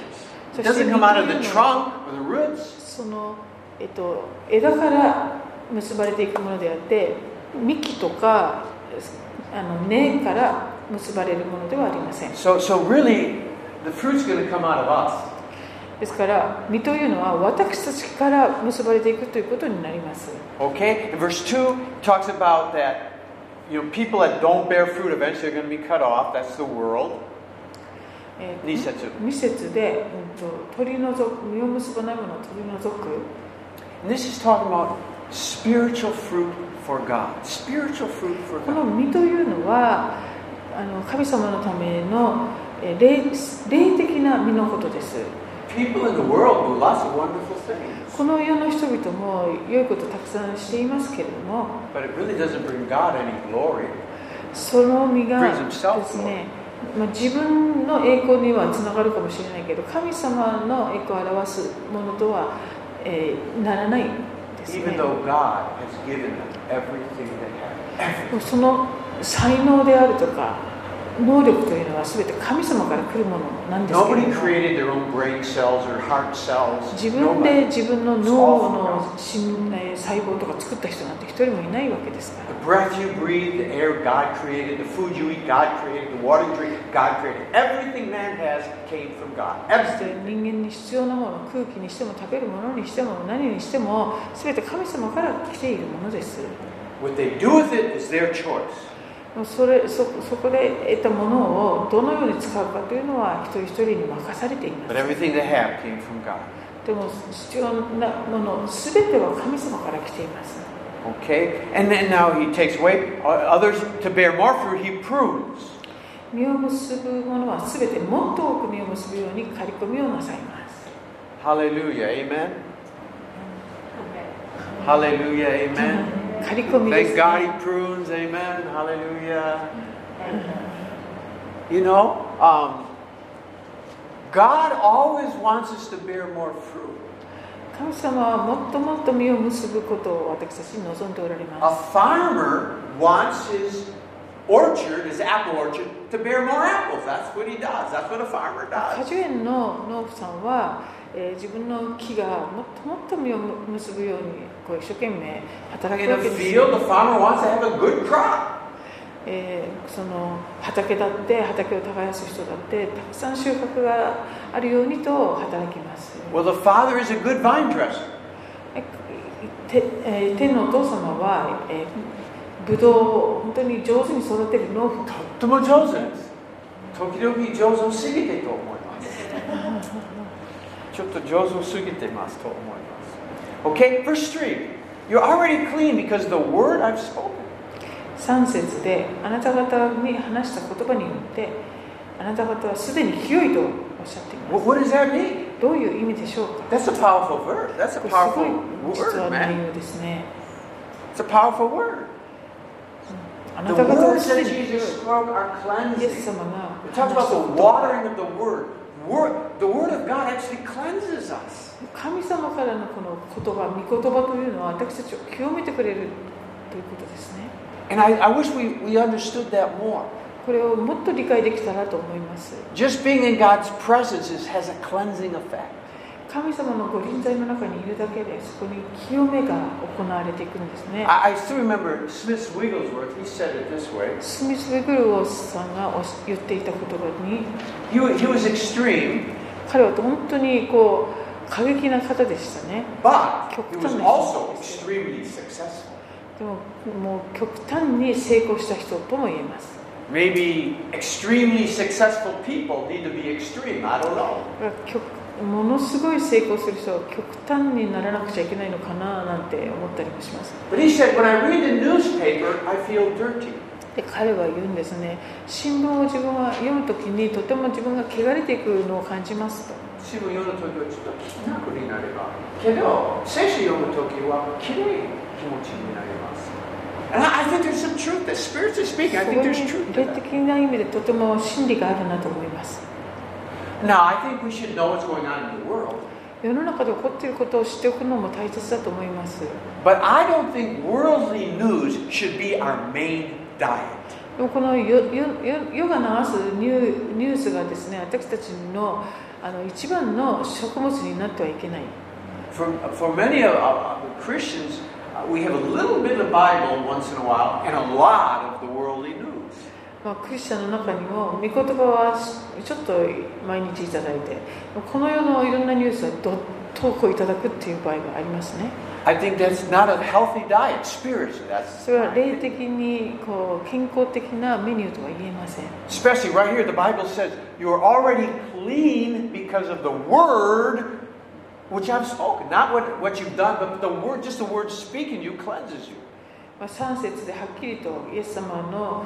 S1: It
S2: So
S1: doesn't
S2: she
S1: come out of the
S2: became a-
S1: trunk or the roots.
S2: その、えー、と枝から結ばれていくものであって幹とかあの根から結ばれるものではありません
S1: So, so really, the fruit's going to come out of us.
S2: ですから実というのは私たちから結ばれていくということになります
S1: Okay? And verse 2 talks about that, you know, people that don't bear fruit eventually are going to be cut off. That's the world.
S2: えー
S1: 二節
S2: 二節で、うんと、取り除く実を結ばないものを取り除く
S1: And this is talking about spiritual fruit for God. Spiritual fruit for
S2: この
S1: God.
S2: 実というのはあの神様のためのえー霊霊的な実のことです
S1: People in the world do lots of wonderful things,
S2: この世の人々も良いことたくさんしていますけれども
S1: but it really doesn't bring God any glory.
S2: その実が
S1: Brings himself
S2: ですね、まあ、自分の栄光にはつながるかもしれないけど神様の栄光を表すものとは、えーならないですね
S1: Even though God has given them everything they have.
S2: その才能であるとか能力というのは全て神様から来るものなんですけれ
S1: Nobody
S2: ども
S1: created their own brain cells or heart cells.
S2: 自分で
S1: Nobody.
S2: 自分の脳の心えー細胞とか作った人なんて一人もいないわけですから
S1: The breath you breathe, the air God created, the food you eat, God created, the water you drink, God created. Everything man has came from God.
S2: そして
S1: Everything.
S2: 人間に必要なもの空気にしても食べるものにしても何にしても全て神様から来ているものです
S1: What they do with it is their choice.
S2: もうそれそそこで得たものをどのように使うかというのは一人一人に任されています
S1: But everything they have came from God.
S2: でも必要なもの全ては神様から来ています
S1: Okay? And then now he takes away others to bear more fruit, he prunes.
S2: 実を結ぶものは全てもっと多く実を結ぶように刈り込みをなさいます
S1: Hallelujah. Amen. Hallelujah. Amen.
S2: 刈り込みで
S1: Thank
S2: す
S1: God he prunes. Amen. Hallelujah. You know, um, God always wants us to bear more fruit.
S2: 神様はもっともっと実を結ぶことを私たちに望んでおられま
S1: A
S2: す
S1: farmer wants his orchard, his apple orchard, to bear more apples. That's what he does. That's what a farmer
S2: 果
S1: does.
S2: 樹園の農夫さんは、えー自分の木がもっともっと実を結ぶようにこう一生懸命働
S1: In
S2: く
S1: the
S2: わけですよ
S1: field, the farmer wants to have a good crop.
S2: えーその畑だって畑を耕す人だってたくさん収穫があるようにと働きます、
S1: Well, the father is a good vine dresser.
S2: えてえー天のお父様は、えー、ブドウを本当に上手に育てる農夫
S1: Okay, verse 3. You're already clean because the word I've spoken.
S2: 3節であなた方に話した言葉によってあなた方はすでに清いとおっしゃってい
S1: Wh-
S2: ます
S1: What, does that mean?
S2: どういう意味でしょうか
S1: That's a powerful verb. That's a
S2: これ
S1: powerful
S2: すごい実
S1: word,
S2: は
S1: man.
S2: 内容ですね
S1: It's a powerful word.
S2: あな
S1: The
S2: た方は
S1: words
S2: すで
S1: that
S2: に清い
S1: Jesus spoke are
S2: イエス
S1: cleansing.
S2: 様が
S1: It
S2: 話
S1: talks
S2: した言
S1: about
S2: 葉
S1: the watering of the word. word. The word of God actually cleanses us.
S2: 神様からのこの言葉、御言葉というのは私たちを清めてくれるということですね。
S1: And I, I wish we, we understood that more.
S2: これをもっと理解できたらと思います。
S1: Just being in God's presence is, has a cleansing effect.
S2: 神様のご臨在の中にいるだけで、そこに清めが行われていくんですね。
S1: I, I still remember Smith Wigglesworth, he said it this way.
S2: スミス・ウィグルウォスさんがおし言っていた言葉に、
S1: He, wa- he was extreme,
S2: 彼は本当にこう過激な方でしたね。
S1: but he was also extremely successful.
S2: でも、もう極端に成功した人とも言えます。
S1: Maybe extremely successful people need to be extreme, I don't know.
S2: 極ものすごい成功する人は極端にならなくちゃいけないのかななんて思ったりもします
S1: But he said, when I read the newspaper, I feel dirty.
S2: で彼は言うんですね新聞を自分は読む時にとても自分が汚れていくのを感じますと
S1: 新聞読むときはちょっと汚くになればけど聖書読むときはきれいな気持ちになります And I I think there's some truth that spiritually
S2: そ
S1: speaking,
S2: こ
S1: I think
S2: に
S1: there's truth. to
S2: 霊
S1: that.
S2: 的な意味でとても真理があるなと思います
S1: Now, I think we should know what's going on in the world.
S2: 世の中で起こっていることを知っておくのも大切だと思います
S1: But I don't think worldly news should be our main diet.
S2: でもこの世世世世が流すニューニュースがですね私たちのあの一番の食物になってはいけない
S1: For, for many of, of- of the Christians, uh, we have a little bit of Bible once in a while and a lot of the worldly news.
S2: まあ、クリスチャンの中にも御言葉はしちょっと毎日いただいてこの世のいろんなニュースはど投稿いただくっていう場合がありますね
S1: I think that's not a healthy diet spiritually. That's
S2: それは霊的にこう健康的なメニューとは言えません
S1: Especially right here, the Bible says you are already clean because of the word which I've spoken. Not what, what you've done, but the word, just the word speaking you cleanses you.
S2: まあ、3節ではっきりとイエス様の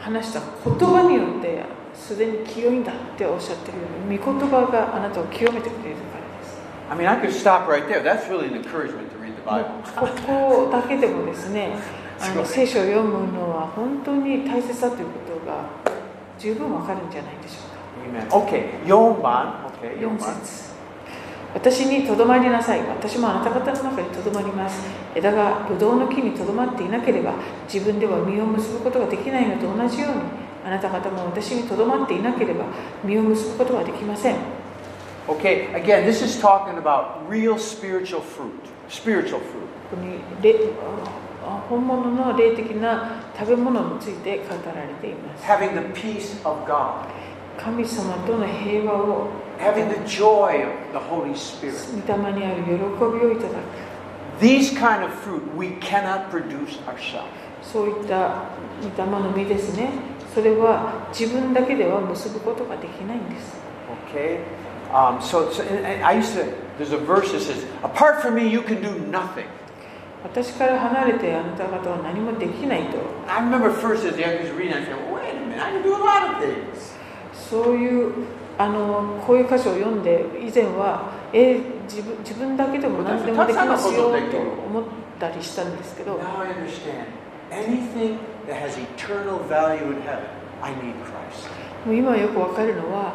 S2: 話した言葉によってすでに清いんだっておっしゃってるように御言葉があなたを清めてくれるからです
S1: I mean, I could stop right there. That's really an encouragement to read the
S2: も
S1: Bible.
S2: うここだけでもですねあの聖書を読むのは本当に大切だということが十分わかるんじゃないでしょうか
S1: Amen. Okay, Yoman. Okay,
S2: 4
S1: Yoman.
S2: 節私にとどまりなさい私もあなた方の中にとどまります枝がブドウの木にとどまっていなければ自分では実を結ぶことができないのと同じようにあなた方も私にとどまっていなければ実を結ぶことはできません
S1: Okay, again, this is talking about real spiritual fruit. Spiritual fruit.
S2: ここにれあ本物の霊的な食べ物について語られています
S1: Having the peace of God.
S2: 神様との平和を
S1: Having the joy of the Holy Spirit.
S2: 御霊にある喜びをいただく
S1: These kind of fruit we cannot produce ourselves.
S2: そういった御霊の実ですね。それは自分だけでは結ぶことができないんです。
S1: Okay? Um, so, so and- and I used to, there's a verse that says, apart from me, you can do nothing.
S2: 私から離れてあなた方は何もできないと、
S1: And I remember first as I was reading, I said, wait a minute, I can do a lot of things.
S2: そういうあのこういう箇所を読んで以前はえ自分自分だけでも何でもできますよと思ったりしたんですけど、
S1: Now I understand. Anything that has eternal value in heaven, I need Christ.
S2: もう今よくわかるのは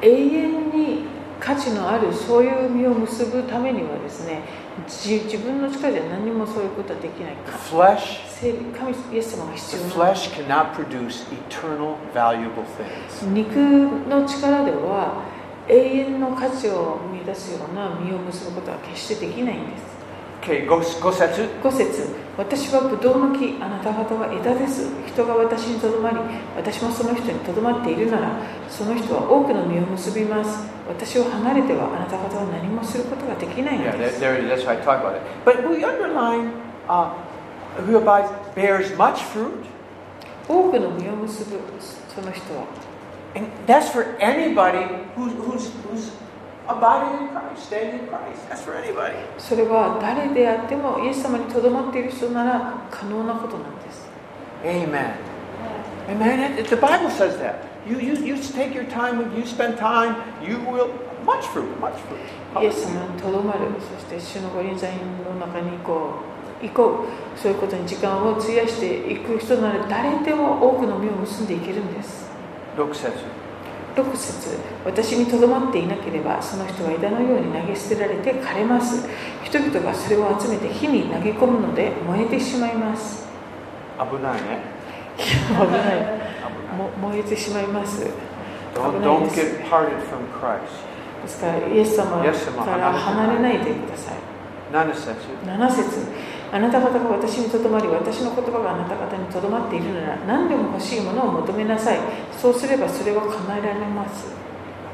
S2: 永遠に価値のあるそういう実を結ぶためにはですね自自分の力じゃ何もそういうことはできない
S1: The
S2: か
S1: flesh,
S2: 聖神イエス様が
S1: the
S2: 必要な
S1: flesh cannot produce eternal valuable things.
S2: 肉の力では永遠の価値を見出すような実を結ぶことは決してできないんです
S1: Okay, go, go setsu.
S2: 5節私はブドウの木あなた方は枝です人が私にとどまり私もその人にとどまっているならその人は多くの実を結びます私を離れてはあなた方は何もすることができないの
S1: Yeah,
S2: で
S1: there,
S2: す
S1: there, that's why I talk about it. But we underline, uh, who abides bears much fruit.
S2: 多くの実を結ぶその人は
S1: And that's for anybody who's, who's, who's abiding in Christ, staying in Christ. That's for anybody.
S2: それは誰であってもイエス様にとどまっている人なら可能なことなんです
S1: Amen. Amen. It, it- the Bible says that. You, you, you take your time, when you spend time, you will. Much fruit, much fruit.
S2: イエス様にとどまる、そして主のご臨在の中に行こう、行こう、そういうことに時間を費やしていく人なら誰でも多くの実を結んでいけるんです。
S1: Look, says
S2: 6節私にとどまっていなければ、その人は枝のように投げ捨てられて枯れます。人々がそれを集めて火に投げ込むので燃えてしまいます。
S1: Abunai, eh?
S2: 危ない。
S1: Abunai.
S2: も燃えてしまいます。
S1: Don't,
S2: 危ないで
S1: don't
S2: す
S1: get parted from Christ.
S2: ですから、イエス様
S1: イエス様
S2: から離れないでください。
S1: None is sensitive.
S2: 7節あなた方が私にとどまり私の言葉があなた方にとどまっているなら何でも欲しいものを求めなさいそうすればそれは叶えられます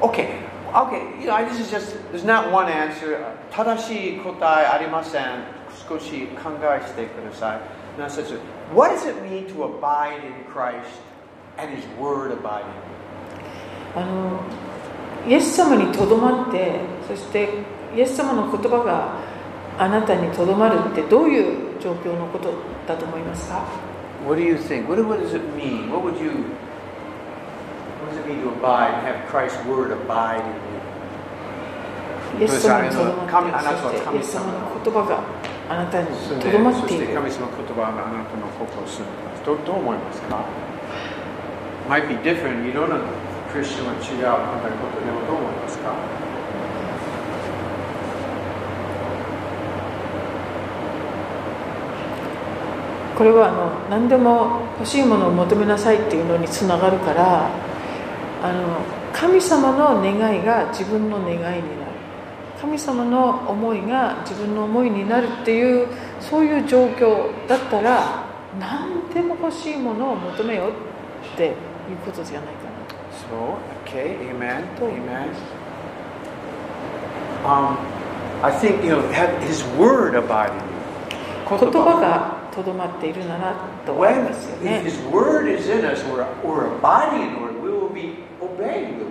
S1: Okay, okay, you know, I- this is just, there's not one answer. 正しい答えありません。少し考えしてください。7節 What does it mean to abide in Christ and His Word abiding?
S2: あのイエス様にとどまってそしてイエス様の言葉があなたにとどまるってどういう状況のことだと思いますか
S1: What do you think? What, what does it mean? What would you, what does it mean to abide, have Christ's Word abide in you?
S2: イエス様にとど
S1: そう
S2: ま
S1: です
S2: っ
S1: あの
S2: てそしてイ
S1: 神
S2: エス様
S1: 神様
S2: の言葉があなたにとどまっている
S1: そして神様の言葉があなたの心を進んでいます。ど,どう思いますか Might be different. You don't know. Christian は違う考え方でもどう思いますか
S2: これはあの何でも欲しいものを求めなさいっていうのにつながるからあの神様の願いが自分の願いになる神様の思いが自分の思いになるっていうそういう状況だったら何でも欲しいものを求めようっていうことじゃないかな
S1: So, okay, amen, amen. Um, I think, you know, have His Word abide in you.
S2: 言葉がとどまっているならと思い
S1: When
S2: ますよ
S1: if
S2: ね
S1: His Word is in us, we're, we're abiding in the Word, we will be obeying the Word.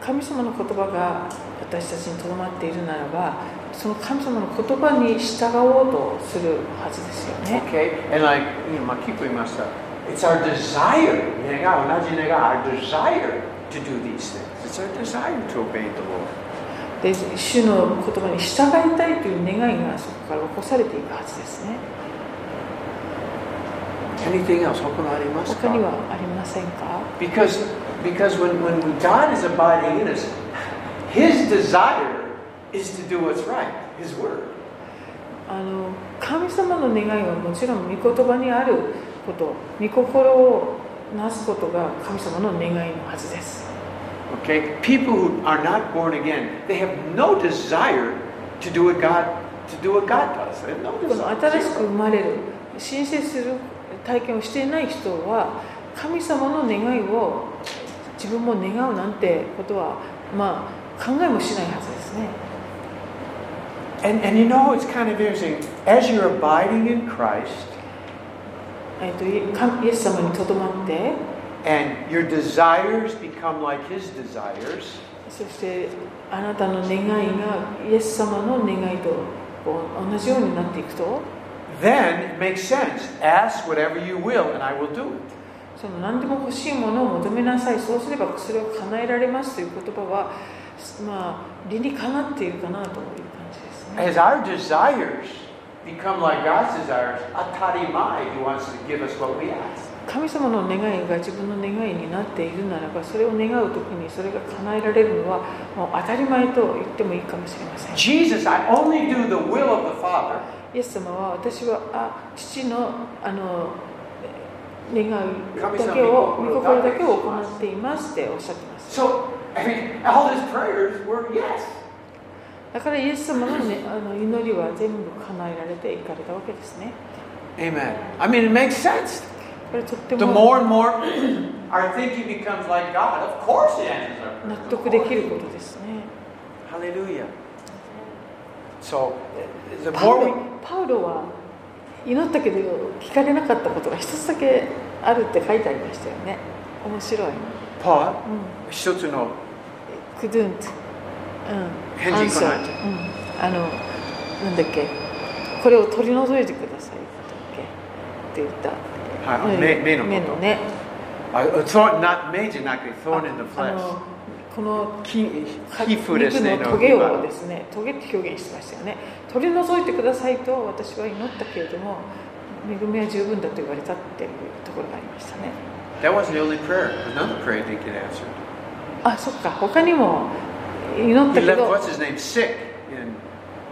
S2: 神様の言葉が私たちにとどまっているならばその神様の言葉に従おうとするはずですよね
S1: Okay, and like you know, Makiko Imasta, it's our desire, nega, onaji nega, our desire to do these things. It's our desire to obey the Lord.
S2: で主の言葉に従いたいという願いがそこから起こされていくはずですね
S1: Anything else? Hokunari
S2: 他にはありませんか
S1: Because because when, when God is abiding in us, his desire is to do what's right, his word.
S2: あの神様の願いはもちろん御言葉にあること御心をなすことが神様の願いのはずです
S1: Okay? People who are not born again, they have no desire to do what God to do what God does. They have no
S2: この
S1: desire.
S2: 新しく生まれる申請する体験をしていない人は神様の願いを自分も願うなんてことはまあ考えもしないはずですね
S1: And and you know it's kind of interesting. As you're abiding in Christ
S2: えっとイかイエス様にとどまって
S1: and your desires become like his desires,
S2: そしてあなたの願いがイエス様の願いとこう同じようになっていくと
S1: then it makes sense. Ask whatever you will and I will do it.
S2: その何でも欲しいものを求めなさいそうすればそれを叶えられますという言葉はまあ理にかなっているかなという感じですね。
S1: As our desires become like God's desires, Atarimai, He wants to give us what we ask.
S2: 神様の願いが自分の願いになっているならばそれを願う時にそれが叶えられるのはもう当たり前と言ってもいいかもしれません
S1: Jesus, I only do the will of the Father.
S2: イエス様は私はあ父のあの願いだけを
S1: 神様
S2: 御
S1: の御
S2: 心
S1: 心
S2: だ
S1: だ
S2: け
S1: け
S2: を
S1: を
S2: 行っていますっておっしゃってます
S1: So, I mean, all His prayers were yes.
S2: だからイエス様の,、ね、あの祈りは全部叶えられていかれたわけですね
S1: Amen. I mean, it makes sense.
S2: これとっても
S1: The more and more *clears throat* our thinking becomes like God, of course He answers our
S2: 納
S1: prayers. Of
S2: 得で
S1: course.
S2: きることですね
S1: Hallelujah. So, the
S2: パウ
S1: more
S2: ロ
S1: we.
S2: パウロは祈ったけど聞かれなかったことが一つだけあるって書いてありましたよね面白い、うん、
S1: Paul, 一つの
S2: クドゥント、うん、
S1: 返事来ない
S2: answer うん、あのなんだっけこれを取り除いてくださいだっけって言った、
S1: はい目目のこと
S2: 目のね
S1: A a thorn, not major, not a thorn in the flesh.
S2: あのこの
S1: き皮膚ですね。
S2: 肉のトゲ
S1: の
S2: をですねトゲって表現してましたよね取り除いてくださいと私は祈ったけれども恵みは十分だと言われたっていうところがありましたね
S1: That wasn't the only prayer. Another prayer didn't get answered.
S2: あそっか他にも祈っ
S1: He
S2: たけ
S1: left
S2: ど
S1: what's his name sick in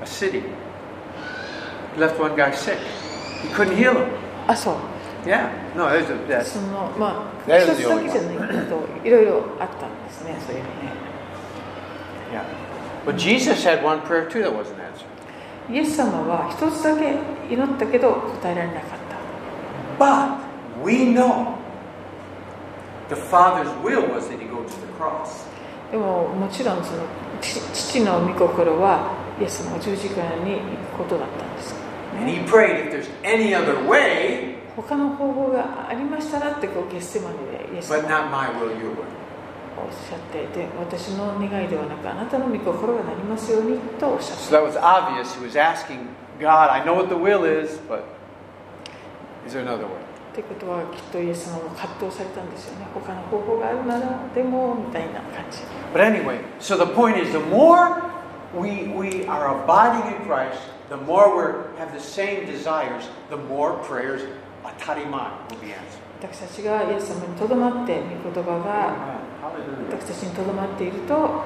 S1: a city. He left one guy sick. He couldn't heal him.
S2: あそう
S1: Yeah. No, there's a that's
S2: そのまあ
S1: That
S2: 一
S1: is
S2: つ
S1: the
S2: だ
S1: only
S2: けじゃないけどいろいろあったんですねそういうのね
S1: yeah. But Jesus had one prayer too that wasn't answered.
S2: イエス様は一つだけ祈ったけど答えられなかった
S1: But we know the Father's will was that he go to the cross.
S2: でももちろんその父父の御心はイエス様が十字架に行くことだったんです、
S1: And
S2: ね、
S1: he prayed, if there's any other way,
S2: 他の方法がありましたらってこうゲッセマネでイエス様
S1: but
S2: が
S1: not my will, your will.
S2: おっしゃっていて私の願いではなくあなたの御心がなりますようにとおっしゃっ
S1: So
S2: た
S1: that was obvious. He was asking God, I know what the will is, but is there another way?
S2: ってことはきっとイエス様も葛藤されたんですよね他の方法があるならでもみたいな感じ
S1: But anyway, so the point is the more we, we are abiding in Christ, the more we have the same desires, the more prayers, atariman, will be answered.
S2: 私たちがイエス様にとどまって御言葉が
S1: Hallelujah.
S2: 私たちにとどまっていると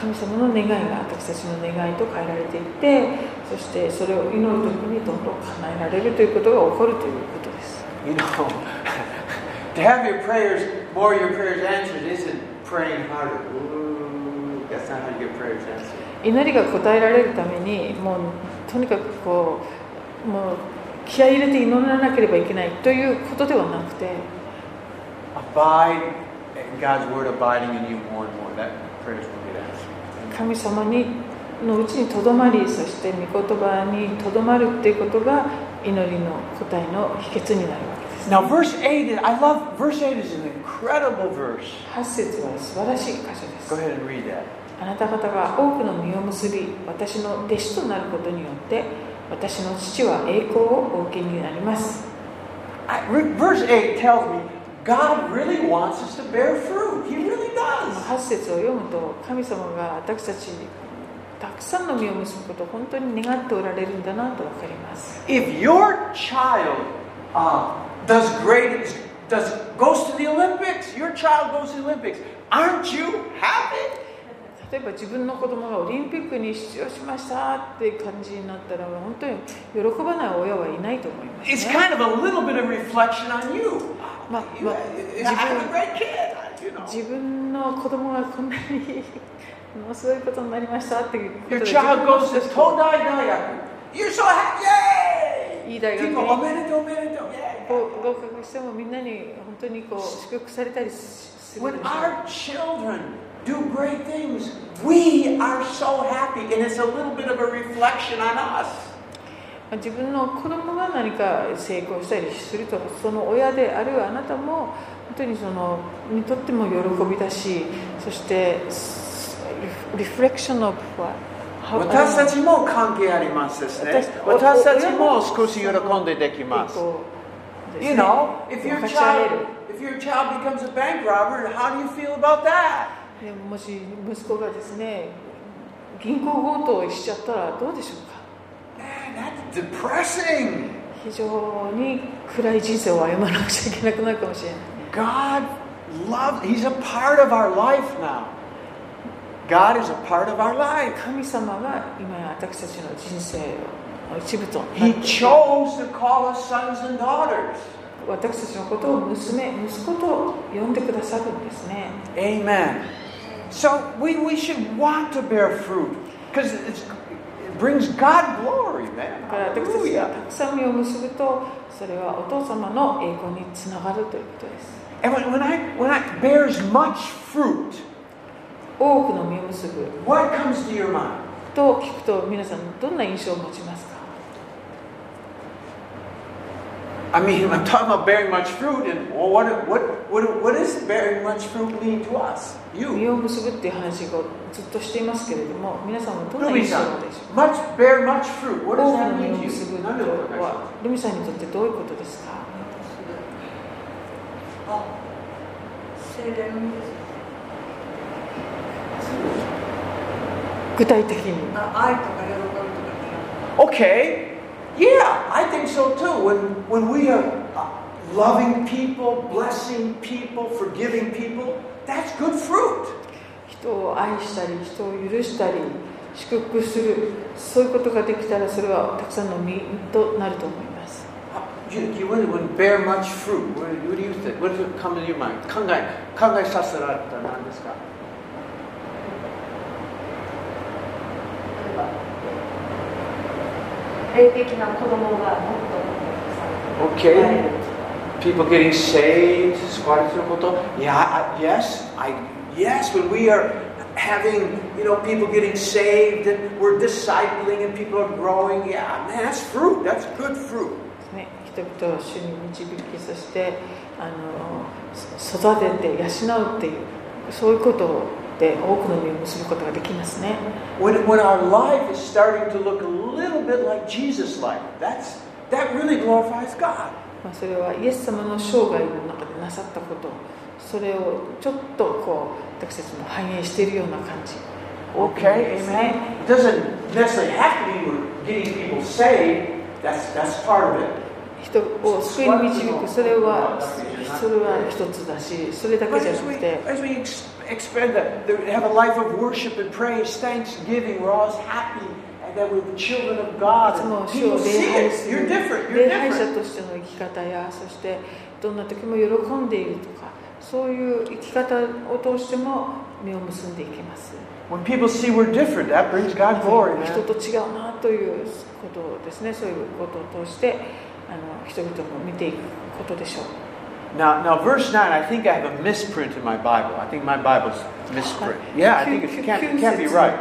S2: 神様の願いが私たちの願いと変えられていってそしてそれを祈る時にどんどん叶えられるということが起こるということです
S1: You know, *laughs* to have your prayers, more of your prayers answered isn't praying harder. Ooh, that's not how you get prayers answered.
S2: 祈りが答えられるためにもうとにかくこうもう気合い入れて祈らなければいけないということではなくて
S1: Abide, and God's word abiding in you more and more. That prayers will get answered.
S2: 神様にのうちにとどまりそして御言葉にとどまるっていうことが祈りの答えの秘訣になるわけです、ね。
S1: Now, verse 8, is- I love, verse 8 is an incredible verse.
S2: 8節は素晴らしい箇所です。
S1: Go ahead and read that.
S2: あなた方が多くの実を結び私の弟子となることによって私の父は栄光をお受けになります
S1: I, re- verse 8 tells me God really wants us to bear fruit. He really
S2: この
S1: does.
S2: 8節を読むと神様が私たちにたくさんの実を結ぶことを本当に願っておられるんだなと分かります
S1: If your child uh, does great, does goes to the Olympics, your child goes to the Olympics, aren't you happy?
S2: 例えば自分の子供がオリンピックに出場しましたって感じになったら本当に喜ばない親はいないと思います、ね
S1: It's kind of a little bit of reflection on you.
S2: Ma-
S1: you
S2: ma-
S1: I- I have a great kid. You know.
S2: 自分の子供がこんなにものすごいことになりましたっていうことで
S1: Your
S2: 自分
S1: child
S2: の
S1: goes to Todai Dayaku. You're so happy!
S2: いい
S1: Yay!
S2: 大学
S1: People, oh,
S2: に
S1: omedetou, omedetou. Yay!
S2: 合合格してもみんなに本当にこう祝福されたりする
S1: When our children do great things, we are so happy, and it's a little bit of a reflection on us.
S2: 自分の子供が何か成功したりするとその親であるいはあなたも本当にそのにとっても喜びだしそしてリフレクションの部は
S1: 私たちも関係ありますですね。私たちも少し喜んでできます。You know, if your
S2: 分かち合える
S1: child, if your child becomes a bank robber, how do you feel about that?
S2: でももし息子がですね銀行強盗をしちゃったらどうでしょうか
S1: Man, that's depressing.
S2: 非常に暗い人生を歩まなくちゃいけなくなるかもしれない
S1: God loves, He's a part of our life now. God is a part of our life.
S2: 神様が今や私たちの人生の一部となって
S1: He chose to call us sons and daughters.
S2: 私たちのことを娘息子と呼んでくださるんですね
S1: Amen. So we, we should want to bear fruit because it brings God glory,
S2: だから私たちがた
S1: man.
S2: くさん実を結ぶとそれはお父様の栄光につながるということです
S1: And when, when I when I bears much fruit,
S2: 多くの実を結ぶ
S1: what comes to your mind?
S2: と聞くと皆さんどんな印象を持ちますか
S1: I mean, I'm talking about bearing much fruit, and well, what what what what does bearing much fruit mean to us?
S2: 実
S1: You,
S2: を結ぶっていう話をずっとしていますけれども皆さんはどんな
S1: Ruby
S2: 印象でし
S1: san,
S2: ょ
S1: much bear much fruit.
S2: う
S1: What
S2: か
S1: does
S2: 多く
S1: that mean
S2: の実を
S1: to
S2: 結
S1: you?
S2: ぶと
S1: None of them, actually.
S2: はルミさんにとってどういうことですか
S3: 精錬ですね
S2: 具体的に
S3: あ愛とか喜びとかっていう
S1: Okay, yeah, I think so too. When when we are uh, loving people, blessing people, forgiving people, that's good fruit.
S2: 人を愛したり人を許したり祝福するそういうことができたらそれはたくさんの実となると思います
S1: Uh, You, you really wouldn't bear much fruit. What, what do you think? What does come to your mind? 考え、考えさせられたら何ですか？
S3: 霊的な子供がもっともっとたくさん
S1: Okay.
S3: 生まれる
S1: People getting saved, 救われてること。Yeah, I, yes, I, yes, when we are having, you know, people getting saved and we're discipling and people are growing, yeah, man, that's fruit. That's good fruit.
S2: ね、人々を主に導きそしてあのそ育てて養うっていうそういうことで多くの実を結ぶことができますね
S1: When, when our life is starting to look a little bit like Jesus' life, that's, that really glorifies God.
S2: まあ、それはイエス様の生涯の中でなさったことそれをちょっとこう私たちも反映しているような感じ
S1: Okay,
S2: ですね
S1: amen. It doesn't necessarily have to be we're getting people saved. That's, that's part of it.
S2: 人を救いに導くそれはそれは一つだしそれだけ
S1: But
S2: じゃ
S1: as
S2: な
S1: we,
S2: くて
S1: as we ex- expand that, that we have a life of worship and praise, thanksgiving, we're always happy and that we're children of
S2: い
S1: God.
S2: つも
S1: and
S2: 主
S1: People
S2: を礼
S1: see
S2: 拝
S1: it.
S2: す
S1: You're
S2: る
S1: different. You're
S2: 礼拝者
S1: different.
S2: としての生き方やそしてどんな時も喜んでいるとかそういう生き方を通しても実を結んでいきます
S1: When people see we're different, that brings God
S2: 人
S1: glory,
S2: と
S1: man.
S2: 違うなということですねそういうことを通してあの人々も見ていくことでしょう
S1: Now, now, verse 9, I think I have a misprint in my Bible. I think my Bible's misprint. Yeah, I think it can't, it can't be right.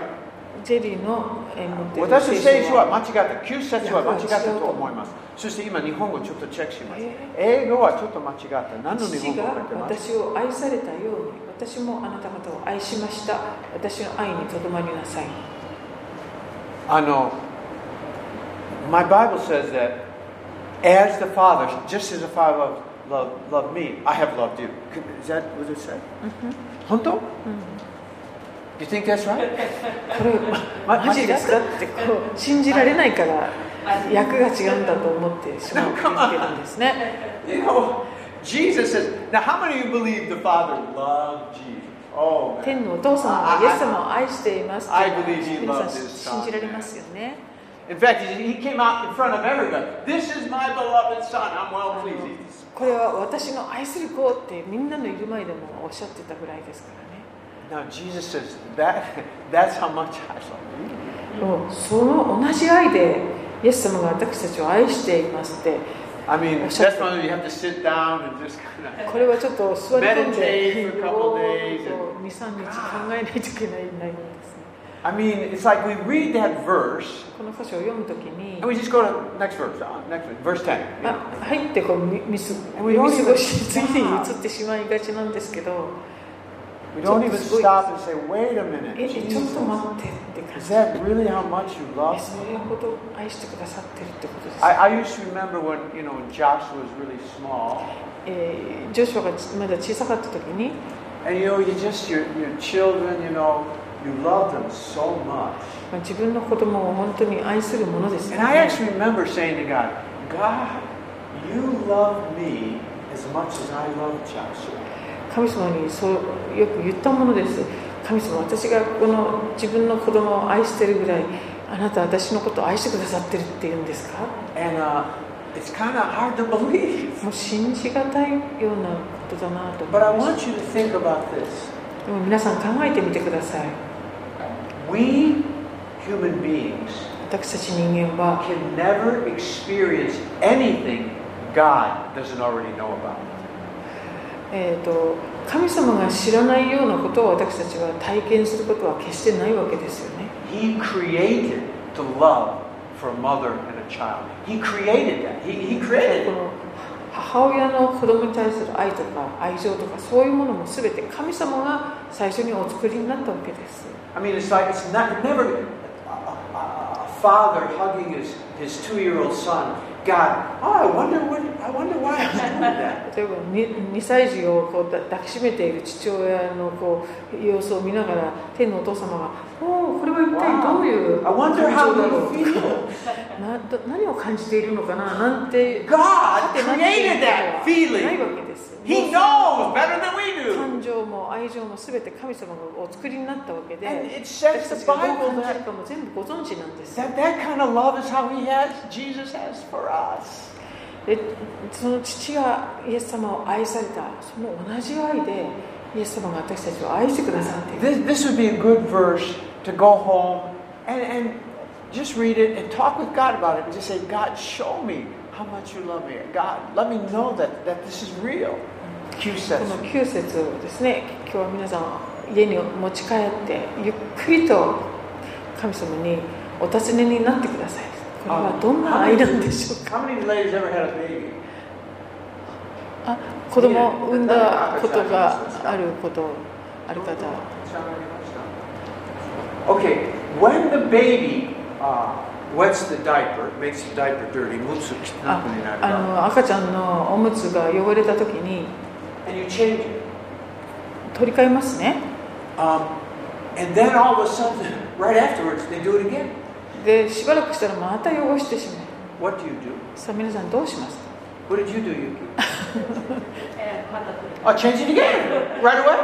S2: ジェリーの、えー持っている
S1: 私の聖書は
S2: は
S1: 間違った、9節は間違ったと思います。そして今、日本語ちょっとチェックします。英語はちょっと間違った。何の日
S2: 父
S1: 本語
S2: が
S1: を書いてます
S2: 私を愛されたように私もあなた方を愛しました私の愛にとどまりなさい
S1: あの、My Bible says that as the Father, just as the Father loved, loved, loved me, I have loved you. Is that what it said? 本当 You think that's right?
S2: これ
S1: ま
S2: マジですかってこう信じられないから
S3: はい
S2: 役が違うんだと思ってしまうって言ってるんですね
S1: You know, Jesus says, now how many of you believe the Father loved Jesus? Oh, man.
S2: 天のお父様がイエス様を愛していますって
S1: I believe you
S2: 皆
S1: love
S2: さん
S1: this son.
S2: 信じられますよね
S1: In fact, he, he came out in front of everybody. This is my beloved son. I'm well pleased. He's-
S2: これは私の愛する子ってみんなのいる前でもおっしゃってたぐらいですからね
S1: Now Jesus says that that's how much I love you.
S2: もうその同じ愛でイエス様が私たちを愛していますって
S1: I mean,
S2: That's
S1: that's
S2: so-
S1: why you have to sit down and just kind of.
S2: これはちょっと座り込ん
S1: Meditate
S2: で
S1: for a couple
S2: 23
S1: days
S2: 日考えないといけない内容ですね
S1: I mean, it's like we read that verse
S2: この箇所を読むときに
S1: and we just go to next verse. uh, next verse, verse ten. you
S2: あ
S1: know.
S2: 入ってこう見見す見
S1: We don't
S2: 過
S1: even-
S2: ごし次に移ってしまいがちなんですけど
S1: We don't even
S2: Just wait.
S1: stop and say, "Wait a
S2: え
S1: minute,
S2: ちょっ
S1: Jesus,
S2: と待ってって感
S1: is
S2: じえ
S1: that really how much you love
S2: そ
S1: me?"
S2: れほど愛してくださってるってことです
S1: I, I used to remember when you know when Joshua was really small.
S2: えー、ジョシュアがまだ小さかった時に
S1: And you know, you just, your, your children, you know, you love them so much.
S2: まあ自分の子供を本当に愛するものですよ
S1: And I
S2: ね
S1: actually remember saying to God, God, you love me as much as I love Joshua.
S2: 神様にそうよく言ったものです神様私がこの自分の子供を愛してるぐらいあなた私のことを愛してくださってるって言うんですか
S1: And uh, it's kind of hard to *laughs* believe.
S2: もう信じがたいようなことだなと思
S1: But I
S2: いま
S1: want you to think about this.
S2: すでも皆さん考えてみてください
S1: We human beings
S2: 私たち人間は
S1: can never experience anything God doesn't already know about.
S2: えー、と神様が知らないようなことを私たちは体験することは決してないわけですよね
S1: He created the love for a mother and a child. He created that. He, he created it.
S2: この母親の子供に対する愛とか愛情とかそういうものも全て神様が最初にお作りになったわけです
S1: I mean, it's like it's not never a, a, a father hugging his, his two-year-old son. God, oh, I wonder what I wonder why I was doing that.
S2: 例えば 2, 歳児をこうだ抱きしめている父親のこう様子を見ながら天のお父様が「おおこれは一体どういう
S1: I wonder
S2: 感情だ
S1: how
S2: ろう
S1: he feels.
S2: など何を感じているのかななんて
S1: God
S2: なんていう
S1: created
S2: ことは
S1: that
S2: ない
S1: feeling.
S2: わけです
S1: He knows better than we do.
S2: 感情も愛情も全て神様がお作りになったわけ
S1: And
S2: で
S1: it
S2: 私
S1: says
S2: たち
S1: the
S2: がどう
S1: Bible
S2: 感じる
S1: that
S2: かも全部ご存知なんです
S1: that, that kind of love is how he has Jesus has for us.
S2: でその父がイエス様を愛されたその同じ愛でイエス様が私たちを愛してくださっている
S1: This, this would be a good verse to go home and, and just read it and talk with God about it and just say, God, show me how much you love me. God, let me know that, that this is real. Q
S2: こ
S1: says,
S2: の9節をですね今日は皆さん家に持ち帰ってゆっくりと神様にお尋ねになってくださいこれはどんな愛なんでしょうか
S1: How many ladies ever had a baby?
S2: あ子供を産んだことがあることある方
S1: Okay, when the baby uh, wets the diaper, makes the diaper dirty, moves the
S2: ああの赤ちゃんのおむつが汚れた時に
S1: and you change it.
S2: 取り替えますね
S1: Um, and then all of a sudden, right afterwards, they do it again.
S2: でしばらくしたらまた汚してしまう
S1: What do you do?
S2: さあ皆さんどうします
S1: What did you do, Yuki?
S3: えーまた取り
S1: Oh, change it again right away.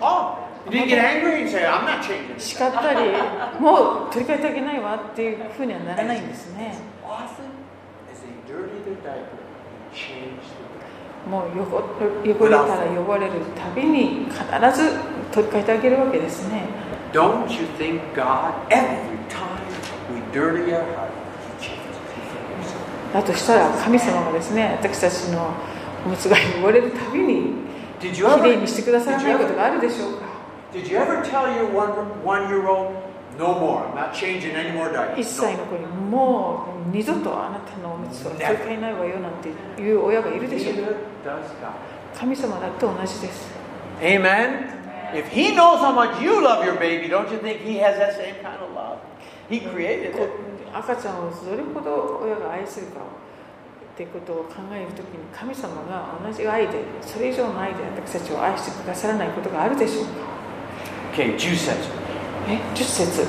S1: Oh, you didn't get angry and say, "I'm not changing." it."
S2: 叱ったりもう取り替えてあげないわっていうふうにはならないんですね
S1: Often, as they dirty their diaper, they change the diaper.
S2: もう汚汚れたら汚れるたびに必ず取り替えてあげるわけですね
S1: Don't you think God? Every time we dirty our heart, He changes. He forgives us.
S2: だとしたら神様がですね私たちのおむつが汚れるたびに
S1: Did
S2: き
S1: you ever?
S2: れいにしてくださら
S1: Did you
S2: ないこと
S1: ever?
S2: があるでしょうか
S1: Did you ever tell your one one year old, No more. I'm not changing any more diapers.
S2: 一歳
S1: No.
S2: の子にもう二度とあなたのおむつは絶対ないわよなんていう親がいるでしょう
S1: Neither does God.
S2: 神様だって同じです
S1: Amen. If He knows how much you love your baby, don't you think He has that same kind of love? He created it.
S2: こう赤ちゃんをどれほど親が愛するかってことを考えるときに神様が同じ愛でそれ以上の愛で私たちを愛してくださらないことがあるでしょうか
S1: Okay, Jew says.
S2: え10節